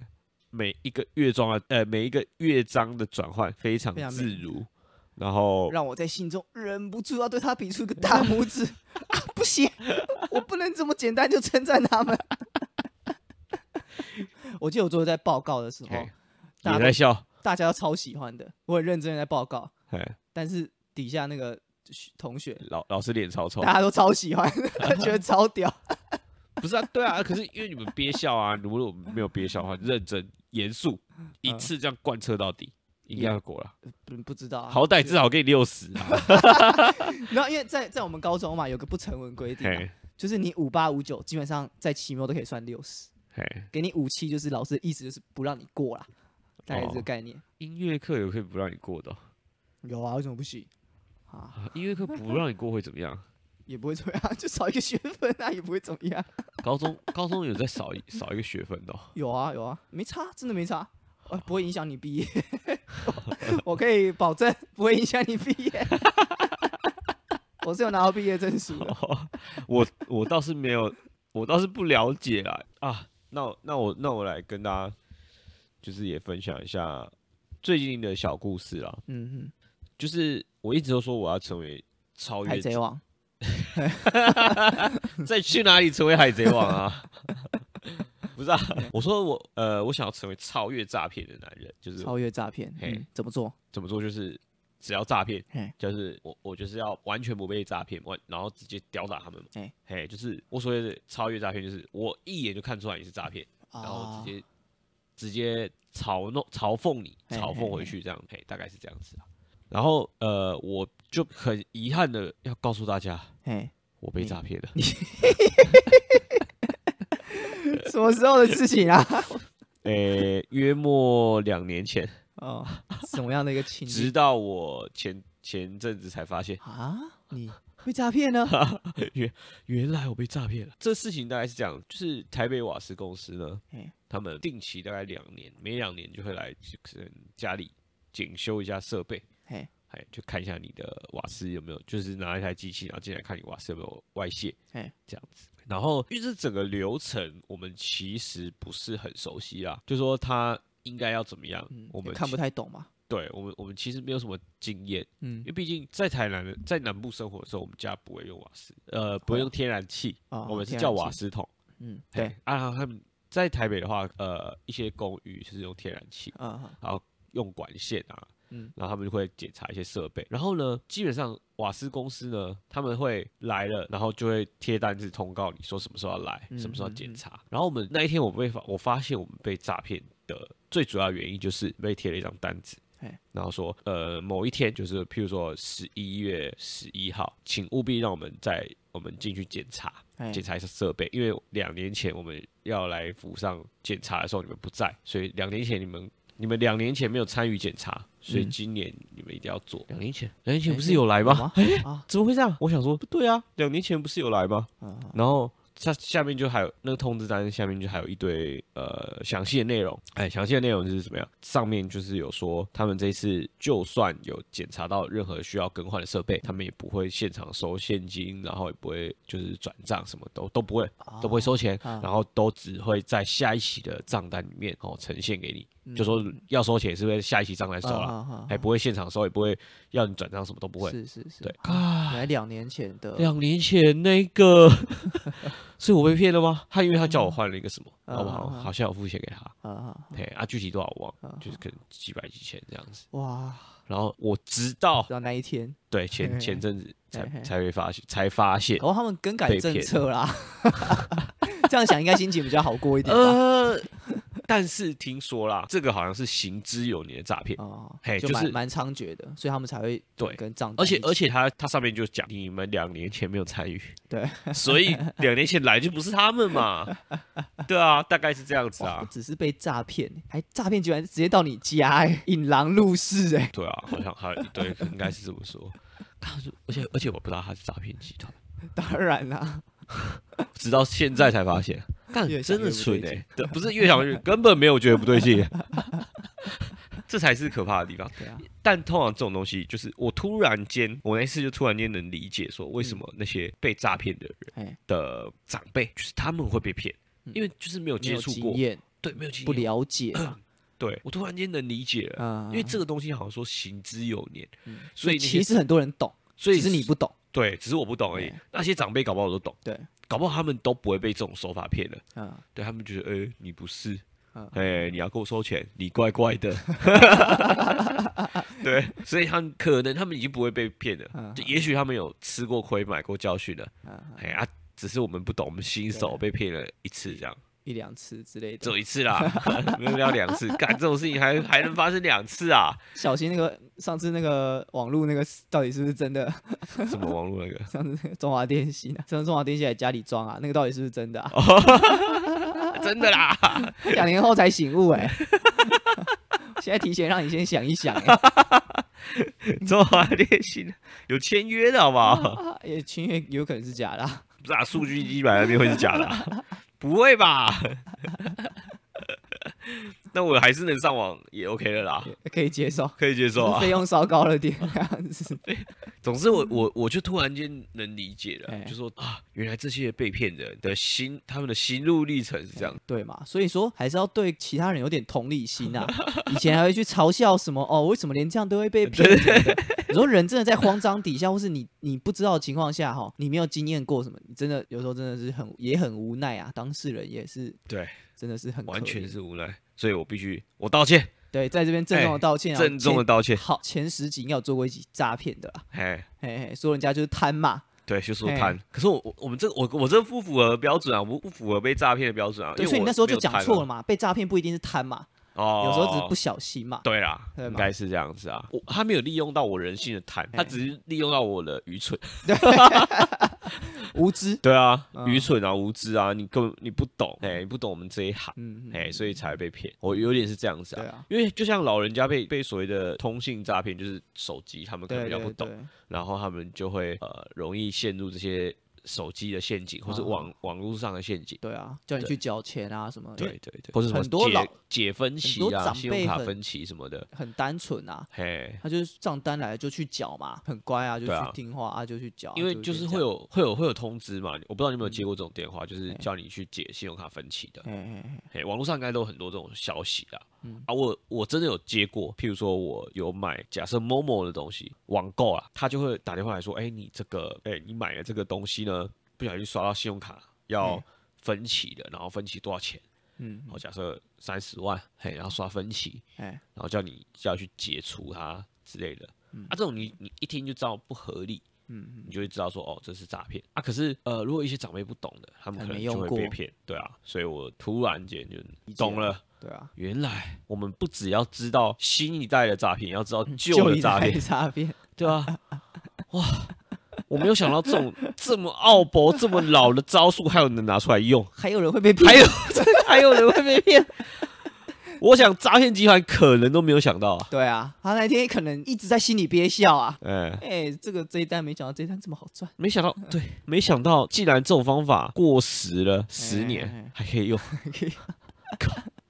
Speaker 1: 每一个乐章啊，呃，每一个乐章的转换非常
Speaker 2: 非常美
Speaker 1: 自如，然后
Speaker 2: 让我在心中忍不住要对他比出一个大拇 指。啊、不行，我不能这么简单就称赞他们。 我记得我昨天在报告的时候
Speaker 1: 嘿，
Speaker 2: 大
Speaker 1: 也
Speaker 2: 家
Speaker 1: 在
Speaker 2: 都
Speaker 1: 笑，
Speaker 2: 大家都超喜欢的，我很认真地在报告，
Speaker 1: 哎，
Speaker 2: 但是底下那个学同学
Speaker 1: 老老师脸超臭，
Speaker 2: 大家都超喜 欢，觉得超屌。
Speaker 1: 不是啊，对啊，可是因为你们憋笑啊，如果我们没有憋笑的话，认真严肃一
Speaker 2: 嗯
Speaker 1: 次这样贯彻到底，应该要过了，
Speaker 2: 不不知道啊，
Speaker 1: 好歹至少给你六十啊，
Speaker 2: 然后因为在在我们高中嘛，有个不成文规定啊、
Speaker 1: 嘿，
Speaker 2: 就是你五八五九基本上在期末都可以算六十，
Speaker 1: 嘿。
Speaker 2: 给你五七就是老师的意思就是不让你过啦，大概是这个
Speaker 1: 哦
Speaker 2: 概念。
Speaker 1: 音乐课也可以不让你过的哦、
Speaker 2: 有啊，为什么不行？啊，
Speaker 1: 啊音乐课不让你过会怎么样？啊
Speaker 2: 也不会怎么样，就少一个学分啊，也不会怎么 样。
Speaker 1: 高中高中有再少一少一个学分的哦、
Speaker 2: 有啊有啊，没差，真的没差。呃不会影响你毕 业，我我可以保证不会影响你毕业。 我是有拿到毕业证书的，
Speaker 1: 哦我我倒是没有，我倒是不了解啦啊。那我那我那我来跟大家，就是也分享一下最近的小故事啦。
Speaker 2: 嗯嗯，
Speaker 1: 就是我一直都说我要成为超
Speaker 2: 海
Speaker 1: 越，
Speaker 2: 贼王，
Speaker 1: 再去哪里成为海贼王啊？ 不是啊，我说我呃，我想要成为超越诈骗的男人，就是
Speaker 2: 超越诈骗，
Speaker 1: 嘿
Speaker 2: 嗯，怎么做？
Speaker 1: 怎么做，就是只要诈骗
Speaker 2: 嘿，
Speaker 1: 就是我我就是要完全不被诈骗，完然后直接吊打他们嘛。
Speaker 2: 哎
Speaker 1: 嘿，就是我所谓的超越诈骗，就是我一眼就看出来你是诈骗，然后
Speaker 2: 啊
Speaker 1: 直接、直接嘲弄嘲讽你，
Speaker 2: 嘿
Speaker 1: 嘲
Speaker 2: 嘿
Speaker 1: 讽回
Speaker 2: 嘿
Speaker 1: 去这样，嘿，大概是这样子啊。然后呃，我就很遗憾的要告诉大家，
Speaker 2: 嘿，
Speaker 1: 我被
Speaker 2: 你
Speaker 1: 诈骗了。
Speaker 2: 什么时候的事情 啊？
Speaker 1: 诶、约莫两年 前，
Speaker 2: 哦，什么样的一个情
Speaker 1: 直
Speaker 2: 景
Speaker 1: 到我前前阵子才发现，
Speaker 2: 啊？你被诈骗了？
Speaker 1: 原原来我被诈骗了。这事情大概是这样，就是台北瓦斯公司呢
Speaker 2: 嘿，
Speaker 1: 他们定期大概两年，每两年就会来可能家里检修一下设备，
Speaker 2: 嘿，
Speaker 1: 哎，就看一下你的瓦斯有没有，就是拿一台机器，然后进来看你瓦斯有没有外泄，
Speaker 2: 嘿，
Speaker 1: 这样子。然后，因为这整个流程我们其实不是很熟悉啦，就说他应该要怎么样，
Speaker 2: 嗯，
Speaker 1: 我们
Speaker 2: 看不
Speaker 1: 其
Speaker 2: 太懂嘛，
Speaker 1: 对我们我们其实没有什么经验，
Speaker 2: 嗯
Speaker 1: 因为毕竟在台南的在南部生活的时候，我们家不会用瓦斯，呃，不会用天然气，
Speaker 2: 啊，
Speaker 1: 我们是
Speaker 2: 哦天然
Speaker 1: 叫瓦
Speaker 2: 气，
Speaker 1: 斯桶。
Speaker 2: 嗯，
Speaker 1: 嘿
Speaker 2: 对，
Speaker 1: 啊，他们在台北的话，呃，一些公寓是用天然气，
Speaker 2: 啊，
Speaker 1: 然后用管线啊，
Speaker 2: 嗯
Speaker 1: 然后他们就会检查一些设备。然后呢，基本上瓦斯公司呢，他们会来了，然后就会贴单子通告你说什么时候要来，
Speaker 2: 嗯
Speaker 1: 什么时候要
Speaker 2: 嗯
Speaker 1: 检
Speaker 2: 嗯
Speaker 1: 查。然后我们那一天我被发，我发现我们被诈骗的最主要原因就是被贴了一张单子
Speaker 2: 嘿。
Speaker 1: 然后说，呃，某一天就是，譬如说十一月十一号，请务必让我们在我们进去检查，
Speaker 2: 哎
Speaker 1: 检，查一下设备，因为两年前我们要来府上检查的时候你们不在，所以两年前你们你们两年前没有参与检查，所以
Speaker 2: 嗯
Speaker 1: 今年你们一定要做。两年前，两年前
Speaker 2: 哎
Speaker 1: 不是有来
Speaker 2: 有
Speaker 1: 吗？
Speaker 2: 吗？啊，
Speaker 1: 怎么会这样？我想说不对啊，两年前不是有来吗？
Speaker 2: 啊，
Speaker 1: 然后下下面就还有那个通知单，下面就还有一堆呃详细的内容。哎，详细的内容是怎么样？上面就是有说，他们这一次就算有检查到任何需要更换的设备，他们也不会现场收现金，然后也不会就是转账，什么都都不会，都不会收钱，
Speaker 2: 啊
Speaker 1: 然后都只会在下一期的账单里面哦呈现给你，就说
Speaker 2: 嗯
Speaker 1: 要收钱是会下一期账单收了，
Speaker 2: 了
Speaker 1: 还不会现场收，也不会要你转账，什么都不会。
Speaker 2: 嗯是是是，
Speaker 1: 对啊
Speaker 2: 啊，原来两年前的，
Speaker 1: 两年前那 个，所以我被骗了吗？他因为他叫我换了一个什么，
Speaker 2: 嗯
Speaker 1: 然后我好
Speaker 2: 嗯嗯
Speaker 1: 好像有付钱给他，
Speaker 2: 啊啊，
Speaker 1: 嘿啊，具体多少我忘
Speaker 2: 嗯
Speaker 1: 了，就是可能几百几千这样子。
Speaker 2: 哇，
Speaker 1: 然后我直到
Speaker 2: 直到那一天，
Speaker 1: 对
Speaker 2: 嘿嘿
Speaker 1: 前前阵子才
Speaker 2: 嘿哦嘿
Speaker 1: 才会发现，才发现，
Speaker 2: 然后他们更改
Speaker 1: 被
Speaker 2: 政
Speaker 1: 骗
Speaker 2: 策啦， 这样想应该心情比较好过一点吧？
Speaker 1: 呃，但是听说啦，这个好像是行之有年的诈骗，
Speaker 2: 哦
Speaker 1: 嘿，
Speaker 2: 就
Speaker 1: 就
Speaker 2: 蛮
Speaker 1: 是
Speaker 2: 蛮猖獗的，所以他们才会
Speaker 1: 对
Speaker 2: 跟账
Speaker 1: 而
Speaker 2: 单一起，
Speaker 1: 且而且他他上面就讲，你们两年前没有参与，
Speaker 2: 对，
Speaker 1: 所以两年前来就不是他们 嘛，对啊，大概是这样子
Speaker 2: 哇
Speaker 1: 啊
Speaker 2: 不，只是被诈骗，还诈骗居然直接到你家、哎，引狼入室、哎，
Speaker 1: 对啊，好像还有一堆，应该是这么 说。看而且而且我不知道他是诈骗集团，
Speaker 2: 当然啦，
Speaker 1: 直到现在才发 现，干
Speaker 2: 越想
Speaker 1: 真的
Speaker 2: 越不
Speaker 1: 蠢
Speaker 2: 对
Speaker 1: 哎、
Speaker 2: 劲
Speaker 1: 对，不是越想越根本没有觉得不对 劲，这才是可怕的地方。
Speaker 2: 对啊，
Speaker 1: 但通常这种东西，就是我突然间，我那次就突然间能理解说，为什么那些被诈骗的人
Speaker 2: 哎，
Speaker 1: 的长辈，就是他们会被骗，因为就是没有
Speaker 2: 嗯没
Speaker 1: 接
Speaker 2: 有
Speaker 1: 触
Speaker 2: 经
Speaker 1: 过，
Speaker 2: 验，
Speaker 1: 对，没有经
Speaker 2: 不
Speaker 1: 验，
Speaker 2: 了解嘛，
Speaker 1: 对我突然间能理解了，
Speaker 2: 嗯，
Speaker 1: 因为这个东西好像说行之有年，
Speaker 2: 嗯
Speaker 1: 所以那些
Speaker 2: 其实很多人懂，
Speaker 1: 所以
Speaker 2: 只是你不懂，
Speaker 1: 对，只是我不懂而已
Speaker 2: 对。
Speaker 1: 那些长辈搞不好都懂，
Speaker 2: 对，
Speaker 1: 搞不好他们都不会被这种手法骗了。
Speaker 2: 嗯，
Speaker 1: 对他们觉得，哎、你不是，
Speaker 2: 嗯
Speaker 1: 哎、你要给我收钱，你怪怪 的。对，所以他们可能他们已经不会被骗了
Speaker 2: 嗯，
Speaker 1: 就也许他们有吃过亏、买过教训了。
Speaker 2: 嗯
Speaker 1: 哎呀、啊只是我们不懂，我们新手被骗了一次，这样
Speaker 2: 一两次之类
Speaker 1: 只
Speaker 2: 的，
Speaker 1: 有一次啦， 没有要两 次。干这种事情还还能发生两次啊？
Speaker 2: 小心那个上次那个网络那个到底是不是真的？
Speaker 1: 什么网 络那个？
Speaker 2: 上次那个中华电信啊，上次中华电信来家里装啊，那个到底是不是真的啊？
Speaker 1: 真的啦，
Speaker 2: 两年后才醒悟哎、现在提前让你先想一想、欸，
Speaker 1: 中华电信有签约的好不好？
Speaker 2: 啊也情愿有可能是假的、啊，
Speaker 1: 不是啊，数据机摆那边会是假的啊、不会吧？ 那我还是能上网也 OK 了啦，
Speaker 2: 可以接受，
Speaker 1: 可以接受啊
Speaker 2: 费。用稍高了点，这样子
Speaker 1: 总之我，我我就突然间能理解了，
Speaker 2: 哎
Speaker 1: 就说啊，原来这些被骗人的心，他们的心路历程是这样。
Speaker 2: 对嘛？所以说还是要对其他人有点同理 心啊。以前还会去嘲笑什么哦，为什么连这样都会被骗什么的？你说人真的在慌张底下，或是你你不知道的情况下哈，你没有经验过什么，你真的有时候真的是很也很无奈啊。当事人也是
Speaker 1: 对，
Speaker 2: 真的是很可
Speaker 1: 完全
Speaker 2: 怜
Speaker 1: 是无奈，所以我必须我道歉，
Speaker 2: 对，在这边郑重的道歉啊，
Speaker 1: 哎郑重的
Speaker 2: 前
Speaker 1: 道歉。
Speaker 2: 好前十集应该有做过一集诈骗的啦，
Speaker 1: 哎，
Speaker 2: 嘿嘿，说人家就是贪嘛，
Speaker 1: 对，就说
Speaker 2: 哎
Speaker 1: 贪。可是我我我们这我我这不符合标准啊，我不符合被诈骗的标准啊。因
Speaker 2: 对，
Speaker 1: 为
Speaker 2: 所以你
Speaker 1: 我
Speaker 2: 那时候
Speaker 1: 没
Speaker 2: 就
Speaker 1: 有
Speaker 2: 讲
Speaker 1: 贪啊
Speaker 2: 错了。嘛，被诈骗不一定是贪嘛，
Speaker 1: 哦，
Speaker 2: 有时候只是不小心嘛，
Speaker 1: 对啦，
Speaker 2: 对
Speaker 1: 应
Speaker 2: 嘛
Speaker 1: 该是这样子啊。我他没有利用到我人性的贪，他
Speaker 2: 哎
Speaker 1: 只是利用到我的愚蠢。
Speaker 2: 无知，
Speaker 1: 对啊，
Speaker 2: 嗯
Speaker 1: 愚蠢啊，无知啊，你根本你不懂，哎、你不懂我们这一行，
Speaker 2: 嗯，嗯
Speaker 1: 哎、所以才被骗。我有点是这样子啊，
Speaker 2: 对啊
Speaker 1: 因为就像老人家被被所谓的通信诈骗，就是手机，他们可能比
Speaker 2: 对
Speaker 1: 较不
Speaker 2: 对
Speaker 1: 懂，
Speaker 2: 对，
Speaker 1: 然后他们就会呃容易陷入这些手机的陷阱，或是
Speaker 2: 啊
Speaker 1: 网、网络上的陷阱。
Speaker 2: 对啊，叫你
Speaker 1: 对
Speaker 2: 去缴钱啊什么，
Speaker 1: 对，对对，或者什么
Speaker 2: 很多老
Speaker 1: 解解分
Speaker 2: 很
Speaker 1: 期
Speaker 2: 多
Speaker 1: 啊，
Speaker 2: 长
Speaker 1: 信用
Speaker 2: 辈
Speaker 1: 卡
Speaker 2: 很
Speaker 1: 分期什么的，
Speaker 2: 很单纯啊。
Speaker 1: 嘿，
Speaker 2: 他就是账单来了就去缴嘛，很乖啊，就
Speaker 1: 对啊
Speaker 2: 去听话啊，就去缴啊。
Speaker 1: 因为就是会
Speaker 2: 有，
Speaker 1: 有会有会有通知嘛，我不知道你有没有接过这种电话，就是叫你去解信用卡分期的。
Speaker 2: 哎哎
Speaker 1: 嘿，网络上应该都有很多这种消息啦。啊，我我真的有接过，譬如说我有买假设某某的东西，网购啊，他就会打电话来说，哎、你这个，哎、你买的这个东西呢，不小心刷到信用卡要
Speaker 2: 嗯
Speaker 1: 分期的，然后分期多少钱？哦
Speaker 2: 嗯，
Speaker 1: 好，假设三十万，嘿，然后刷分期，
Speaker 2: 哎，
Speaker 1: 然后叫你叫去解除它之类的。啊，这种你你一听就知道不合理，
Speaker 2: 嗯，
Speaker 1: 你就会知道说哦，这是诈骗啊。可是呃，如果一些长辈不懂的，他们
Speaker 2: 还
Speaker 1: 可能
Speaker 2: 没
Speaker 1: 就
Speaker 2: 用
Speaker 1: 会
Speaker 2: 过
Speaker 1: 被骗，对啊。所以我突然间就
Speaker 2: 理解
Speaker 1: 懂
Speaker 2: 了
Speaker 1: 了，
Speaker 2: 对啊，
Speaker 1: 原来我们不只要知道新一代的诈骗，也要知道旧
Speaker 2: 就
Speaker 1: 的
Speaker 2: 一
Speaker 1: 诈
Speaker 2: 台
Speaker 1: 骗，
Speaker 2: 诈骗，
Speaker 1: 对啊。哇，我没有想到这种这么奥博、这么老的招数，还有能拿出来用。
Speaker 2: 还有人会被骗，
Speaker 1: 还有
Speaker 2: 还有人会 被骗。
Speaker 1: 我想诈骗集团可能都没有想到啊，
Speaker 2: 对啊，他那天可能一直在心里憋笑啊。
Speaker 1: 哎、
Speaker 2: 哎、这个这一单没想到这一单这么好赚，
Speaker 1: 没想到，对，没想到，竟然这种方法过时了十年、
Speaker 2: 嗯哎哎哎
Speaker 1: 还可以 用，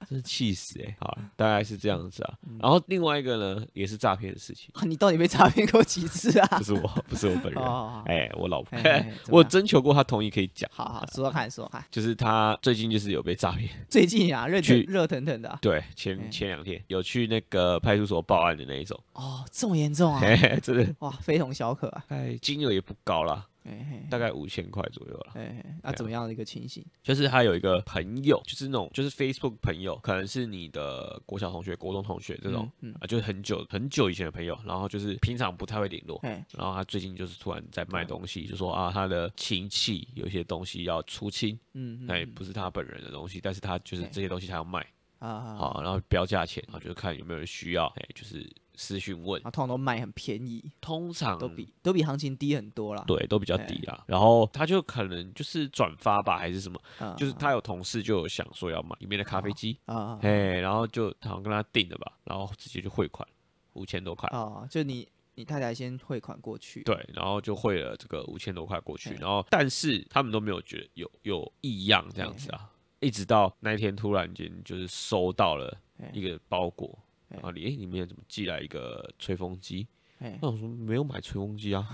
Speaker 1: 真是气死哎、欸！好啊，大概是这样子啊。
Speaker 2: 嗯
Speaker 1: 然后另外一个呢，也是诈骗的事 情，
Speaker 2: 啊你到底被诈骗过几次啊
Speaker 1: 不？是我，不是我本人，哎、
Speaker 2: 哦，
Speaker 1: 我老婆，
Speaker 2: 哎哎哎怎么
Speaker 1: 我
Speaker 2: 样
Speaker 1: 征求过她同意可以讲，
Speaker 2: 好好说说看，说说看。
Speaker 1: 就是她最近就是有被诈骗，
Speaker 2: 最近啊，热腾
Speaker 1: 去
Speaker 2: 热腾腾的啊、
Speaker 1: 对，前、
Speaker 2: 哎
Speaker 1: 前两天有去那个派出所报案的那一种，
Speaker 2: 哦，这么严重啊，
Speaker 1: 嘿嘿，真的，
Speaker 2: 哇，非同小可啊。
Speaker 1: 哎，金额也不高啦，
Speaker 2: 哎哎
Speaker 1: 大概五千块左右啦。
Speaker 2: 哎哎，那、怎么样的一个情形？
Speaker 1: 就是他有一个朋友，就是那种就是 Facebook 朋友，可能是你的国小同学、国中同学这种，
Speaker 2: 嗯嗯
Speaker 1: 啊、就是很久很久以前的朋友，然后就是平常不太会联络，
Speaker 2: 哎
Speaker 1: 然后他最近就是突然在
Speaker 2: 嗯
Speaker 1: 卖东西，就说啊他的亲戚有一些东西要出清，
Speaker 2: 嗯，嗯
Speaker 1: 那也不是他本人的东西，但是他就是
Speaker 2: 对
Speaker 1: 这些东西他要卖，
Speaker 2: 啊啊，啊
Speaker 1: 好，然后标价钱，然后就是看有没有人需要，哎，就是私讯问，
Speaker 2: 啊，通常都卖很便宜，
Speaker 1: 通常
Speaker 2: 都比都比行情低很多啦。
Speaker 1: 对都比较
Speaker 2: 哎
Speaker 1: 低啦，然后他就可能就是转发吧，还是什么，
Speaker 2: 啊，
Speaker 1: 就是他有同事就有想说要买里面的咖啡机。
Speaker 2: 啊啊
Speaker 1: 嘿，然后就好像跟他定的吧，然后直接就汇款五千多块，
Speaker 2: 啊，啊就你你太太先汇款过去，
Speaker 1: 对，然后就汇了这个五千多块过去，
Speaker 2: 嘿
Speaker 1: 然后但是他们都没有觉得有有异样这样子啊，一直到那一天突然间就是收到了
Speaker 2: 嘿
Speaker 1: 一个包裹，
Speaker 2: 嘿
Speaker 1: 然后里诶里面怎么寄来一个吹风机？
Speaker 2: 嘿，
Speaker 1: 那我说没有买吹风机 啊，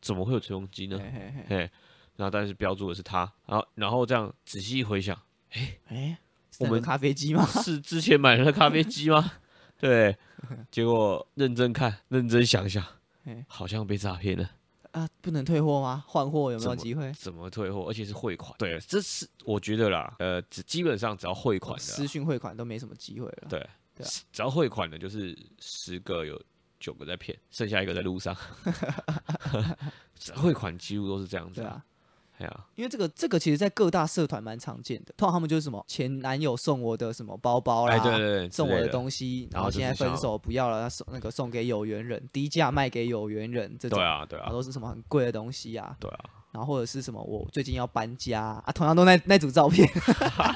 Speaker 1: 怎么会有吹风机呢
Speaker 2: 嘿？嘿嘿，
Speaker 1: 嘿，然后但是标注的是他，然后然后这样仔细一回想，
Speaker 2: 哎，是
Speaker 1: 我
Speaker 2: 那个
Speaker 1: 们
Speaker 2: 咖啡 机吗？
Speaker 1: 是之前买的咖啡机 吗？对，结果认真看，认真想想
Speaker 2: 哎，
Speaker 1: 好像被诈骗了，
Speaker 2: 啊，不能退货吗？换货有没
Speaker 1: 怎
Speaker 2: 有
Speaker 1: 么
Speaker 2: 机会？
Speaker 1: 怎么退货？而且是汇款。对，这是我觉得啦，呃，只基本上只要汇款的
Speaker 2: 私
Speaker 1: 啦，
Speaker 2: 讯汇款都没什么机会了。
Speaker 1: 对
Speaker 2: 对啊
Speaker 1: 是只要汇款的，就是十个有九个在骗，剩下一个在 路上。只要汇款几乎都是这样子
Speaker 2: 对啊
Speaker 1: 啊，，哎呀，
Speaker 2: 因为这个这个其实，在各大社团蛮常见的，通常他们就是什么前男友送我的什么包包啦，
Speaker 1: 哎，对对对，
Speaker 2: 送我
Speaker 1: 之类
Speaker 2: 的
Speaker 1: 的
Speaker 2: 东西，
Speaker 1: 然
Speaker 2: 然后
Speaker 1: 后就
Speaker 2: 现在
Speaker 1: 是想
Speaker 2: 分
Speaker 1: 要
Speaker 2: 手不要了，他送那个送给有缘人，低价卖给有缘人这种，
Speaker 1: 对啊，对
Speaker 2: 然
Speaker 1: 啊
Speaker 2: 后，都是什么很贵的东西啊，
Speaker 1: 对啊。
Speaker 2: 然后或者是什么我最近要搬家啊，啊同样都那那组照片，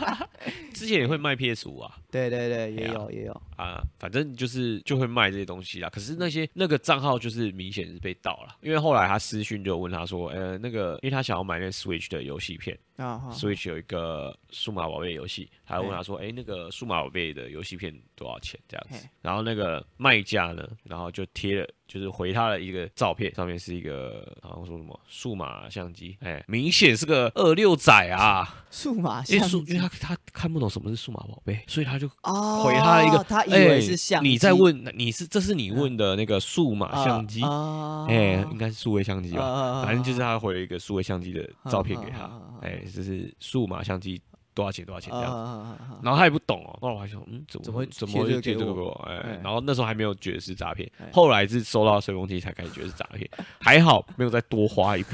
Speaker 1: 之前也会卖 PS 五啊，
Speaker 2: 对对对，
Speaker 1: 哎
Speaker 2: 也
Speaker 1: 呀
Speaker 2: 有也有，
Speaker 1: 啊，反正就是就会卖这些东西啊啦。可是那些那个账号就是明显是被盗了，因为后来他私讯就有问他说，呃，那个因为他想要买那 Switch 的游戏片，
Speaker 2: 啊哈，
Speaker 1: Switch 有一个数码宝贝游戏，他问他说：“哎、那个数码宝贝的游戏片多少钱？”这样子
Speaker 2: 嘿，
Speaker 1: 然后那个卖家呢，然后就贴了，就是回他的一个照片，上面是一个好像说什么数码相机，哎、明显是个二六仔啊，
Speaker 2: 数码
Speaker 1: 因
Speaker 2: 相
Speaker 1: 为数，因
Speaker 2: 机
Speaker 1: 为他他看不懂什么是数码宝贝，所以他就。
Speaker 2: 哦，
Speaker 1: 回他一个，
Speaker 2: 他以为
Speaker 1: 哎
Speaker 2: 是相机，嗯
Speaker 1: 你在问，你是这是你问的那个数码相机，
Speaker 2: 啊，
Speaker 1: 哎、应该是数位相机吧，
Speaker 2: 啊
Speaker 1: 反正就是他回了一个数位相机的照片给他
Speaker 2: 啊啊啊啊，
Speaker 1: 哎、就是数码相机多少钱多少钱这样子。
Speaker 2: 啊，
Speaker 1: 然后他也不懂哦，后来我还想，嗯，怎么
Speaker 2: 怎么会
Speaker 1: 怎么
Speaker 2: 贴这
Speaker 1: 会
Speaker 2: 个
Speaker 1: 贴
Speaker 2: 给
Speaker 1: 这个
Speaker 2: 我
Speaker 1: 给我？哎、
Speaker 2: 哎
Speaker 1: 然后那时候还没有觉得是诈骗，
Speaker 2: 哎
Speaker 1: 后来是收到吹风机才开始觉得是诈骗，还好没有再多花一笔，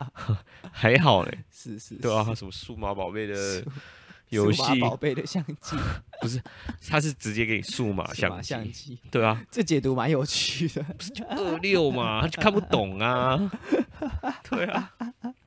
Speaker 1: 还好嘞，
Speaker 2: 是是，
Speaker 1: 对
Speaker 2: 是
Speaker 1: 啊，什么数码宝贝的
Speaker 2: 数
Speaker 1: 游戏
Speaker 2: 数，码宝贝的相机，
Speaker 1: 它是直接给你数码
Speaker 2: 数码
Speaker 1: 相
Speaker 2: 啊相
Speaker 1: 机，
Speaker 2: 机，
Speaker 1: 对啊，
Speaker 2: 这解读蛮有趣 的。
Speaker 1: 二六 嘛，他就看不懂啊，对啊，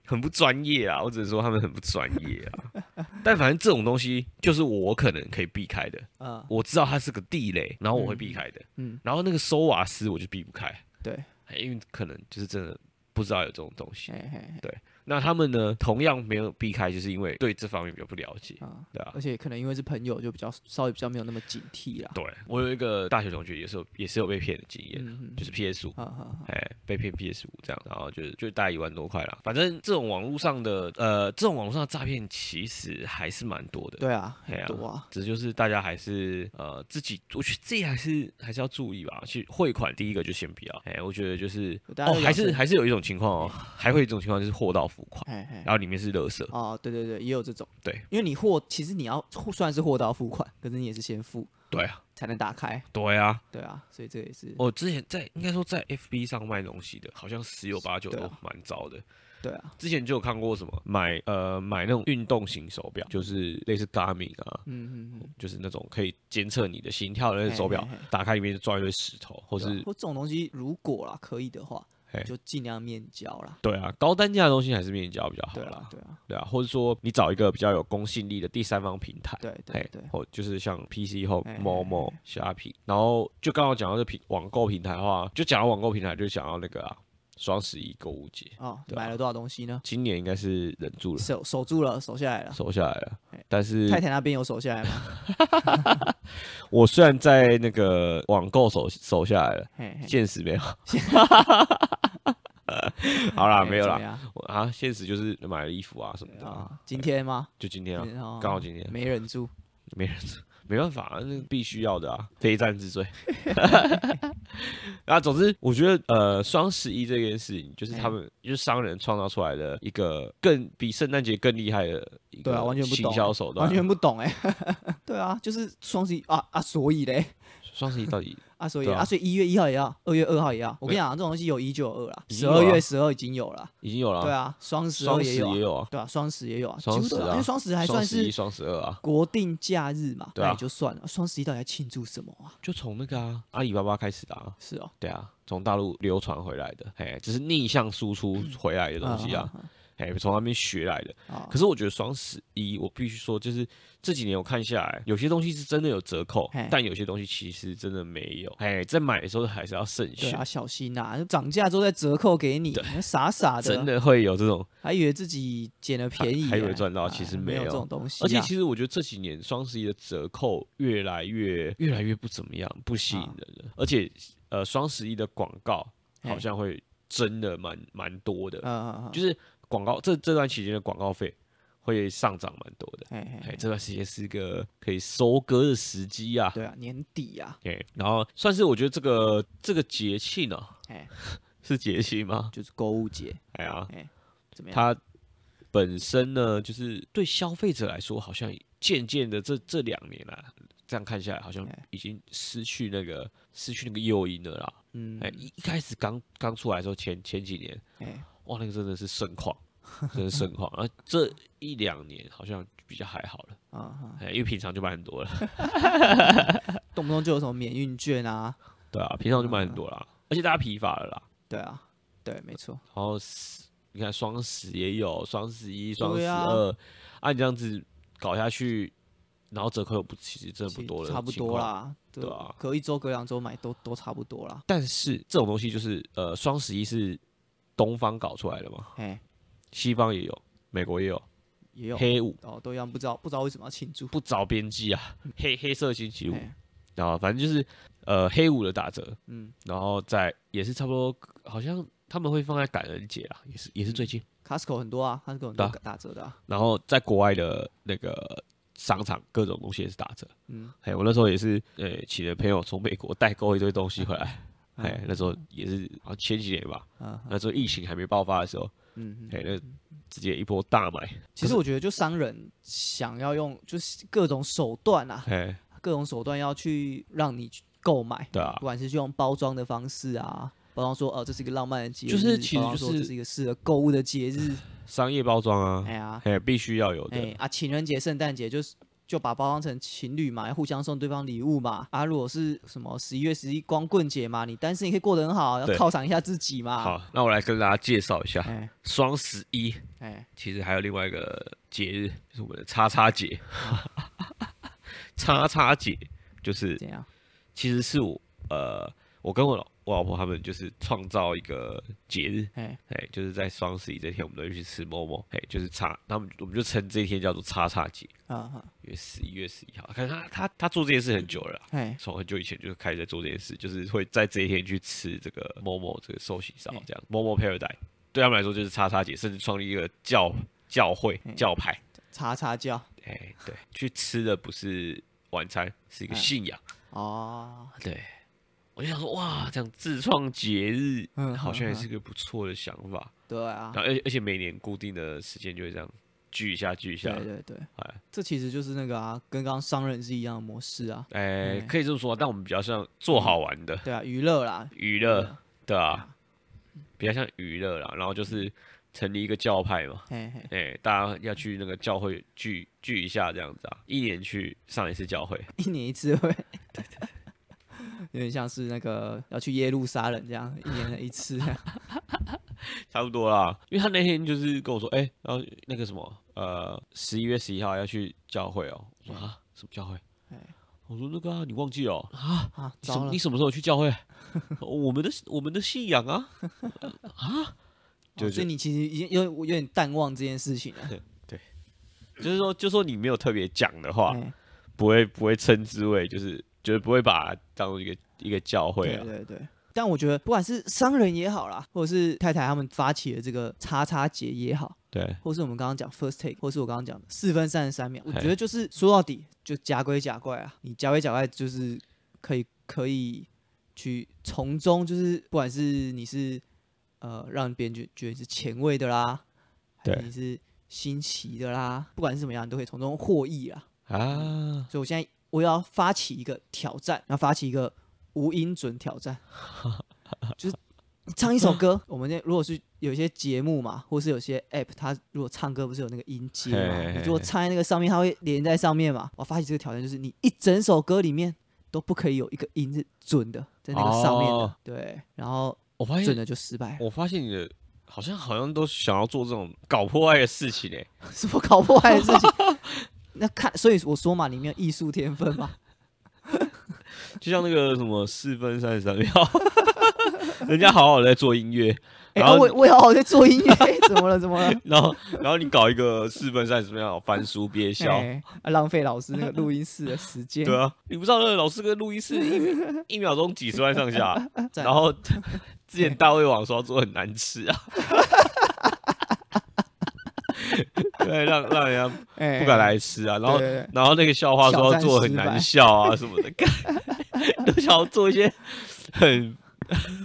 Speaker 1: 很不专业啊，我只能说他们很不专业啊。但反正这种东西就是我可能可以避开的，
Speaker 2: 嗯，
Speaker 1: 我知道它是个地雷，然后我会避开的，
Speaker 2: 嗯嗯
Speaker 1: 然后那个收瓦斯我就避不开，哎
Speaker 2: 对，
Speaker 1: 因为可能就是真的不知道有这种东西。
Speaker 2: 嘿嘿嘿，
Speaker 1: 那他们呢，同样没有避开，就是因为对这方面比较不了解，
Speaker 2: 啊，
Speaker 1: 对啊
Speaker 2: 而。且可能因为是朋友，就比较稍微比较没有那么警惕啦。
Speaker 1: 对，我有一个大学同学也是有也是有被骗的经验，
Speaker 2: 嗯嗯，
Speaker 1: 就是 PS 五，
Speaker 2: 啊啊
Speaker 1: 哎，被骗 PS 五这样，然后就就大概一万多块啦。反正这种网络上的呃，这种网络上的诈骗其实还是蛮多的，
Speaker 2: 对啊，
Speaker 1: 哎
Speaker 2: 很
Speaker 1: 呀
Speaker 2: 多啊，
Speaker 1: 只是就是大家还是呃自己，我觉得自己还是还是要注意吧。去汇款第一个就先不要，哎，我觉得就是
Speaker 2: 大家
Speaker 1: 哦
Speaker 2: 都，养
Speaker 1: 还是
Speaker 2: 成
Speaker 1: 还是有一种情况哦，还会有一种情况就是货到付款，
Speaker 2: 嘿嘿
Speaker 1: 然。后里面是垃圾，
Speaker 2: 哦，对对对，也有这种。
Speaker 1: 对，
Speaker 2: 因为你货其实你要虽然是货到付款，可是你也是先付
Speaker 1: 对啊，
Speaker 2: 才能打开，
Speaker 1: 对啊。
Speaker 2: 对啊，所以这也是
Speaker 1: 我之前在应该说在 FB 上卖东西的，好像十有八九
Speaker 2: 对
Speaker 1: 都
Speaker 2: 啊
Speaker 1: 蛮糟的。
Speaker 2: 对啊，
Speaker 1: 之前就有看过什么买呃买那种运动型手表，就是类似 Garmin 啊，
Speaker 2: 嗯嗯嗯，
Speaker 1: 就是那种可以监测你的心跳的那种手表
Speaker 2: 嘿嘿嘿，
Speaker 1: 打开里面就装一堆石头，或
Speaker 2: 对啊
Speaker 1: 是
Speaker 2: 或这种东西，如果啦可以的话
Speaker 1: 嘿，
Speaker 2: 就尽量面交啦。
Speaker 1: 对啊，高单价的东西还是面交比较好
Speaker 2: 对
Speaker 1: 啦
Speaker 2: 啊，，对啊，
Speaker 1: 对啊，或者说你找一个比较有公信力的第三方平台。
Speaker 2: 对对
Speaker 1: 嘿
Speaker 2: 对，
Speaker 1: 或就是像 PC 后
Speaker 2: 嘿嘿嘿
Speaker 1: Momo、虾皮，然后就刚好讲到这平网购平台的话，就讲到网购平台，就讲到那个啊双十一购物节，
Speaker 2: 哦，
Speaker 1: 对啊啊
Speaker 2: 买了多少东西呢？
Speaker 1: 今年应该是忍住了，
Speaker 2: 守守住了，守下来了。
Speaker 1: 收下来了
Speaker 2: 啊嘿。
Speaker 1: 但是
Speaker 2: 太太那边有守下来 吗？
Speaker 1: 我虽然在那个网购手手下来了，
Speaker 2: 嘿嘿，
Speaker 1: 现实 没有。好啦，
Speaker 2: 嘿
Speaker 1: 没有
Speaker 2: 哎怎
Speaker 1: 啦，
Speaker 2: 么样
Speaker 1: 我啊，现实就是买了衣服啊什么的啊，
Speaker 2: 啊，今天吗？
Speaker 1: 就今天啊，
Speaker 2: 刚
Speaker 1: 刚好今天
Speaker 2: 没忍住，
Speaker 1: 没人，没办法啊，那必须要的 啊，非战之罪。啊，总之，我觉得呃，双十一这件事情，就是他
Speaker 2: 哎
Speaker 1: 们就是商人创造出来的一个更比圣诞节更厉害的一
Speaker 2: 对
Speaker 1: 个
Speaker 2: 啊完全不懂
Speaker 1: 行销手段
Speaker 2: 完
Speaker 1: 啊。
Speaker 2: 全不懂哎。 对啊，就是双十一啊啊，所以嘞，
Speaker 1: 双十一到底
Speaker 2: 啊，所以
Speaker 1: 对啊
Speaker 2: 啊，所以一月一号也要，二月二号也要。我跟你讲，这种东西有一就有二啦，
Speaker 1: 已
Speaker 2: 十
Speaker 1: 经有啊
Speaker 2: 二月十二已经有了，
Speaker 1: 已经有了啊，
Speaker 2: 对啊，双十二
Speaker 1: 双
Speaker 2: 也
Speaker 1: 十
Speaker 2: 有啊
Speaker 1: 也，有啊，
Speaker 2: 对啊，双十也有啊，几
Speaker 1: 双
Speaker 2: 乎都
Speaker 1: 十
Speaker 2: 有啊
Speaker 1: 啊
Speaker 2: 因为双十还
Speaker 1: 双
Speaker 2: 算
Speaker 1: 十一、
Speaker 2: 是
Speaker 1: 双十二啊，
Speaker 2: 国定假日嘛，
Speaker 1: 对
Speaker 2: 那
Speaker 1: 啊
Speaker 2: 也就算了。双十一到底在庆祝什么啊？
Speaker 1: 就从那个啊阿里巴巴开始的啊。
Speaker 2: 是哦，
Speaker 1: 对啊，从大陆流传回来的，哎，只是逆向输出回来的东西啊，
Speaker 2: 啊
Speaker 1: 哎、从那边学来的。
Speaker 2: 啊
Speaker 1: 可是我觉得双十一，我必须说，就是这几年我看下来，有些东西是真的有折扣
Speaker 2: 嘿，
Speaker 1: 但有些东西其实真的没有。哎，在买的时候还是要慎
Speaker 2: 对
Speaker 1: 选，
Speaker 2: 啊，小心呐，就涨价之后再折扣给你，傻傻
Speaker 1: 真
Speaker 2: 的，
Speaker 1: 的会有这种，
Speaker 2: 还以为自己捡了便宜欸，
Speaker 1: 还以为赚到
Speaker 2: 哎
Speaker 1: 其实没
Speaker 2: 没
Speaker 1: 有
Speaker 2: 这种东西啊。
Speaker 1: 而且其实我觉得这几年双十一的折扣越来越越来越不怎么样，不吸引
Speaker 2: 啊
Speaker 1: 人了，而且呃，双十一的广告好
Speaker 2: 嘿
Speaker 1: 像会真的蛮蛮多的，
Speaker 2: 哎嗯嗯嗯，
Speaker 1: 就是是广告这这段期间的广告费会上涨蛮多的。
Speaker 2: 哎
Speaker 1: 哎，
Speaker 2: 哎，
Speaker 1: 这段时间是一个可以收割的时机啊。
Speaker 2: 对啊，年底啊，
Speaker 1: 哎，然后算是我觉得这个这个节气呢，
Speaker 2: 哎，
Speaker 1: 是节气吗？
Speaker 2: 就是购物节
Speaker 1: 哎呀，
Speaker 2: 怎么样？
Speaker 1: 它本身呢，就是对消费者来说，好像渐渐的这这两年啊，这样看下来，好像
Speaker 2: 哎
Speaker 1: 已经失去那个失去那个诱因了啦。
Speaker 2: 嗯，
Speaker 1: 哎，一一开始刚刚出来的时候，前前几年，
Speaker 2: 哎，
Speaker 1: 哇，那个真的是盛况，真的是盛况。然后这一两年好像比较还好了，
Speaker 2: 啊啊，
Speaker 1: 哎因为平常就买很多了，
Speaker 2: 动不动就有什么免运券啊，
Speaker 1: 对啊，平常就买很多啦，而且大家疲乏了啦。
Speaker 2: 对啊，对，没错，
Speaker 1: 然后十你看双十也有，双十一、双
Speaker 2: 对
Speaker 1: 十
Speaker 2: 啊
Speaker 1: 二，按这样子搞下去，然后折扣又不其实真的
Speaker 2: 其
Speaker 1: 不
Speaker 2: 实
Speaker 1: 多了，
Speaker 2: 差不多。啦，
Speaker 1: 对啊
Speaker 2: 隔一周、隔两周买都都差不多啦，
Speaker 1: 但是这种东西就是呃，双十一是东方搞出来的嘛，
Speaker 2: 哎，
Speaker 1: 西方也有，美国也有，
Speaker 2: 也有
Speaker 1: 黑五，
Speaker 2: 哦，都一样，不知道不知道为什么要庆祝。
Speaker 1: 不着边际啊，黑黑色星期五，
Speaker 2: 哎
Speaker 1: 然后反正就是呃黑五的打折，
Speaker 2: 嗯，
Speaker 1: 然后在也是差不多，好像他们会放在感恩节啊，也是也是
Speaker 2: 嗯
Speaker 1: 最近，
Speaker 2: Costco 很多啊，Costco 很
Speaker 1: 对
Speaker 2: 多
Speaker 1: 啊
Speaker 2: 打折的、啊，
Speaker 1: 然后在国外的那个商场各种东西也是打折，
Speaker 2: 嗯，
Speaker 1: 哎，我那时候也是呃请了朋友从美国代购一堆东西回来。
Speaker 2: 嗯
Speaker 1: 哎，那时候也是好像前几年吧，
Speaker 2: 啊，
Speaker 1: 那时候疫情还没爆发的时候，
Speaker 2: 嗯，嗯
Speaker 1: 哎，那直接一波大买，
Speaker 2: 其实我觉得，就商人想要用就是各种手段啊，
Speaker 1: 哎，
Speaker 2: 各种手段要去让你去购买，
Speaker 1: 对啊
Speaker 2: 不，管是用包装的方式啊，包装说哦、这是一个浪漫的节日，
Speaker 1: 就是其实
Speaker 2: 包装说
Speaker 1: 就是
Speaker 2: 这是一个适合购物的节日，
Speaker 1: 商业包装啊，
Speaker 2: 哎呀，
Speaker 1: 哎，必须要有的，
Speaker 2: 哎啊，情人节、圣诞节就是。就把包装成情侣嘛，互相送对方礼物嘛。啊，如果是什么十一月十一光棍节嘛，你单身也可以过得很好，要
Speaker 1: 对
Speaker 2: 犒赏一下自己嘛。，
Speaker 1: 好，那我来跟大家介绍一下
Speaker 2: 哎
Speaker 1: 双十一。
Speaker 2: 哎，
Speaker 1: 其实还有另外一个节日，就是我们的叉叉节。 叉叉节就是
Speaker 2: 这样？
Speaker 1: 其实是我呃，我跟我老我老婆他们就是创造一个节日，
Speaker 2: 哎，
Speaker 1: 哎，就是在双十一这天，我们都会去吃某某，哎，就是叉，他们我们就称这一天叫做叉叉节，
Speaker 2: 啊啊，
Speaker 1: 因为十一月十一号。看他他他做这件事很久了啦。
Speaker 2: 哎，
Speaker 1: 从很久以前就开始在做这件事，就是会在这一天去吃这个某某这个寿喜烧
Speaker 2: 嗯，
Speaker 1: 这样某某 paradise 对他们来说就是叉叉节，甚至创立一个教教会
Speaker 2: 嗯
Speaker 1: 教派，
Speaker 2: 叉叉叫
Speaker 1: 哎、对，去吃的不是晚餐，是一个
Speaker 2: 嗯
Speaker 1: 信仰。
Speaker 2: 哦，
Speaker 1: 对，我就想说，哇，这样自创节日，
Speaker 2: 嗯
Speaker 1: 好像也
Speaker 2: 嗯
Speaker 1: 是个不错的想法。
Speaker 2: 对啊
Speaker 1: 然，后，而且而且每年固定的时间就会这样聚一下，聚一下。
Speaker 2: 对对对
Speaker 1: 哎，
Speaker 2: 这其实就是那个啊，跟刚刚商人是一样的模式啊，
Speaker 1: 哎、
Speaker 2: 嗯
Speaker 1: 可以这么说，但我们比较像做好玩的
Speaker 2: 对啊，娱乐啦，
Speaker 1: 娱乐，对
Speaker 2: 啊
Speaker 1: 啊，比较像娱乐啦。然后就是成立一个教派嘛，
Speaker 2: 嘿嘿，
Speaker 1: 哎、大家要去那个教会聚聚一下，这样子啊，一年去上一次教会。
Speaker 2: 一年一次会，有点像是那个要去耶路撒冷这样，一年一 次这样，
Speaker 1: 差不多啦，因为他那天就是跟我说，哎、然后那个什么，呃，十一月十一号要去教会哦、我说啊，什么教会
Speaker 2: 嗯哎？
Speaker 1: 我说那个啊，你忘记了哦、
Speaker 2: 啊，
Speaker 1: 你什
Speaker 2: 糟
Speaker 1: 么
Speaker 2: 了
Speaker 1: 你，什么时候去教会？哦我们的我们的信仰 啊，
Speaker 2: 哦所以你其实已经有我有点淡忘这件事情了，
Speaker 1: 就是说，就说你没有特别讲的话，
Speaker 2: 哎
Speaker 1: 不会不会称之为就是就是不会把它当做一个一个教会啊，
Speaker 2: 对对对。但我觉得，不管是商人也好啦，或者是太太他们发起的这个叉叉节也好，
Speaker 1: 对
Speaker 2: 或是我们刚刚讲 first take，或是我刚刚讲的四分三十三秒，我
Speaker 1: 嘿
Speaker 2: 觉得就是说到底就假归假怪啊，你假归假怪就是可以可以去从中就是不管是你是呃让别人觉觉得你是前卫的啦，还是
Speaker 1: 对
Speaker 2: 你是新奇的啦，不管是怎么样，你都可以从中获益啊。
Speaker 1: 啊，
Speaker 2: 所以我现在我要发起一个挑战，要发起一个无音准 挑战，就是你唱一首歌。我们那如果是有一些节目嘛，或是有些 app，它如果唱歌不是有那个音阶嘛，
Speaker 1: 嘿嘿嘿
Speaker 2: 你如果唱在那个上面，它会连在上面嘛。我发起这个挑战，就是你一整首歌里面都不可以有一个音是准的，在那个上面的，
Speaker 1: 哦哎
Speaker 2: 对，然后
Speaker 1: 我发
Speaker 2: 准
Speaker 1: 现
Speaker 2: 的就失败了，
Speaker 1: 我发现你的好像好像都想要做这种搞破坏的事情哎、
Speaker 2: 什么搞破坏 的事情。那看，所以我说嘛，你没有艺术天分 嘛，
Speaker 1: 就像那个什么四分三十三秒， 人家好好的在做音乐，
Speaker 2: 哎、
Speaker 1: 然后
Speaker 2: 我我也好好在做音乐，哎怎么了？怎么了？
Speaker 1: 然后然后你搞一个四分三十秒翻书憋笑，
Speaker 2: 哎啊浪费老师那个录音室的时 间。
Speaker 1: 对啊，你不知道那个老师跟录音室一秒 一秒钟几十万上下，
Speaker 2: 再来
Speaker 1: 然后 之前大胃王说要做很难吃 啊。对，让让人家
Speaker 2: 哎
Speaker 1: 不敢来吃啊，然后
Speaker 2: 对对对
Speaker 1: 然后那个笑话说要做很难笑啊什么的，干 都想要做一些很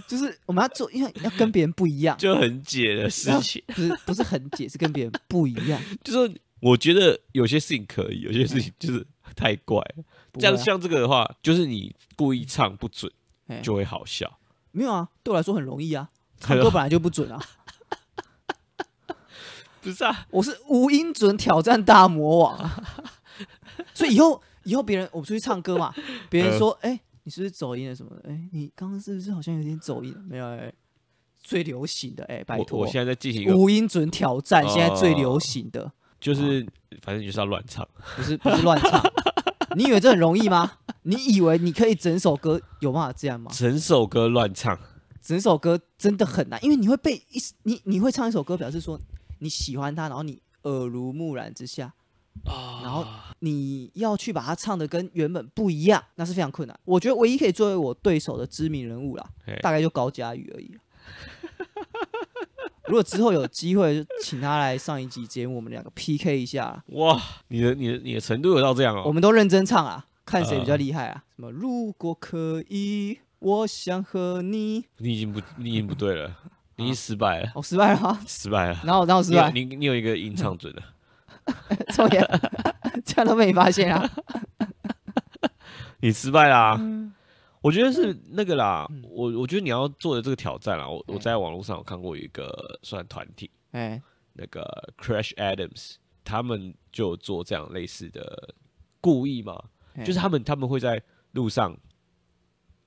Speaker 2: 就是我们要做，因为要跟别人不一样，
Speaker 1: 就很解的事
Speaker 2: 要
Speaker 1: 情。
Speaker 2: 不是不是很解，是跟别人不一样。
Speaker 1: 就是我觉得有些事情可以，有些事情就是太怪了。
Speaker 2: 不
Speaker 1: 这样
Speaker 2: 会啊
Speaker 1: 像这个的话，就是你故意唱不准
Speaker 2: 哎，
Speaker 1: 就会好笑。
Speaker 2: 没有啊，对我来说很容 易啊，唱歌本来就不准啊，
Speaker 1: 不是啊，
Speaker 2: 我是无音准挑战大魔王啊。所以以后以后别人我们出去唱歌嘛，别
Speaker 1: 嗯
Speaker 2: 人说哎、你是不是走音了什么的？哎、你刚刚是不是好像有点走音？没有哎、最流行的哎、拜
Speaker 1: 我
Speaker 2: 托
Speaker 1: 我，现在在进行一个，
Speaker 2: 无音准挑战现在最
Speaker 1: 哦
Speaker 2: 流行的。
Speaker 1: 就是反正就是要乱唱。
Speaker 2: 不是不是乱唱。你以为这很容易吗？你以为你可以整首歌有办法这样吗？
Speaker 1: 整首歌乱唱，
Speaker 2: 整首歌真的很难，因为你会被一你你会唱一首歌，表示说你喜欢它，然后你耳濡目染之下。
Speaker 1: 啊
Speaker 2: 然后你要去把它唱的跟原本不一样，那是非常困难。我觉得唯一可以作为我对手的知名人物啦
Speaker 1: 嘿，
Speaker 2: 大概就高佳宇而已啦。如果之后有机会，就请他来上一集节目，我们两个 PK 一下啦，
Speaker 1: 哇，你的你的你的程度有到这样
Speaker 2: 我
Speaker 1: 哦？
Speaker 2: 们都认真唱啊，看谁比较厉害啊。什么？如果可以，我想和你。
Speaker 1: 你已经不你已经不对 了，你已经失败了，
Speaker 2: 我、失败了吗？
Speaker 1: 失败了。
Speaker 2: 然后，然啊后失
Speaker 1: 你有
Speaker 2: 败，嗯
Speaker 1: 你你有一个吟唱准了，
Speaker 2: 抽 烟，这样都被你发现啊？
Speaker 1: 你失败啦、
Speaker 2: 嗯
Speaker 1: 我觉得是那个啦，我我觉得你要做的这个挑战啦，我我
Speaker 2: 嗯
Speaker 1: 在网络上有看过一个算团体，
Speaker 2: 哎，
Speaker 1: 那个 Crash Adams，他们就有做这样类似的故意嘛，
Speaker 2: 哎
Speaker 1: 就是他们他们会在路上，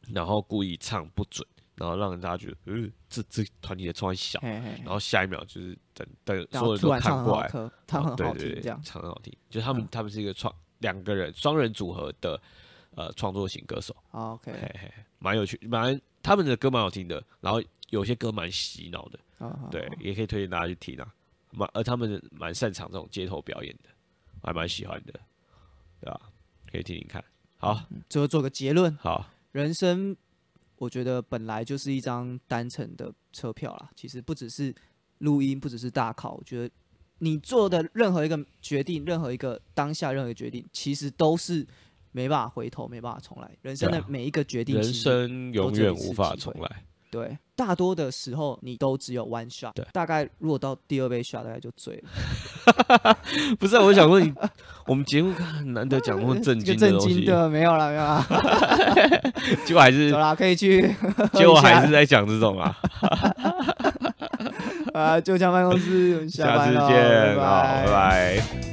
Speaker 1: 然后故意唱不准，然后让大家觉得，呃，这这团体的窗小，
Speaker 2: 嘿嘿
Speaker 1: 然，后下一秒就是等等
Speaker 2: 哎然
Speaker 1: 所有
Speaker 2: 后
Speaker 1: 人
Speaker 2: 突
Speaker 1: 都
Speaker 2: 然唱
Speaker 1: 看
Speaker 2: 得
Speaker 1: 过
Speaker 2: 很
Speaker 1: 来，
Speaker 2: 好
Speaker 1: 然后
Speaker 2: 听，唱得很好
Speaker 1: 对对
Speaker 2: 听，
Speaker 1: 对
Speaker 2: 这样。
Speaker 1: 唱得很好听，就是他们他们是一个创两个人双人组合的呃创作型歌手，
Speaker 2: 好
Speaker 1: 嘿
Speaker 2: 哦 OK，
Speaker 1: 嘿，嘿蛮有趣，蛮他们的歌蛮好听的，然后有些歌蛮洗脑的，
Speaker 2: 好好
Speaker 1: 对，也可以推荐大家去听啊。蛮而他们蛮擅长这种街头表演的，我还蛮喜欢的，对吧？可以听听看。好，
Speaker 2: 最后做个结论，
Speaker 1: 好，
Speaker 2: 人生我觉得本来就是一张单程的车票啦，其实不只是录音，不只是大考，我觉得你做的任何一个决定，任何一个当下任何一个决定，其实都是没办法回头，没办法重来。人生
Speaker 1: 对
Speaker 2: 的
Speaker 1: 啊
Speaker 2: 每一个决定，
Speaker 1: 人
Speaker 2: 其实
Speaker 1: 生永远无法重 来。
Speaker 2: 对，大多的时候你都只有 one shot，
Speaker 1: 对
Speaker 2: 大概如果到第二杯 shot，大概就醉了。
Speaker 1: 不是啊、我想说你，我们节目看难得讲那么震
Speaker 2: 这
Speaker 1: 惊的
Speaker 2: 个震
Speaker 1: 东西
Speaker 2: 惊，的没有了，没 有了，
Speaker 1: 结果还 是
Speaker 2: 走啦，可以去喝
Speaker 1: 结
Speaker 2: 一
Speaker 1: 果
Speaker 2: 下
Speaker 1: 还是在讲这种 啊。
Speaker 2: 啊，就讲办公室，我们下
Speaker 1: 下
Speaker 2: 班
Speaker 1: 次
Speaker 2: 了，
Speaker 1: 见，好，
Speaker 2: 拜
Speaker 1: 拜拜。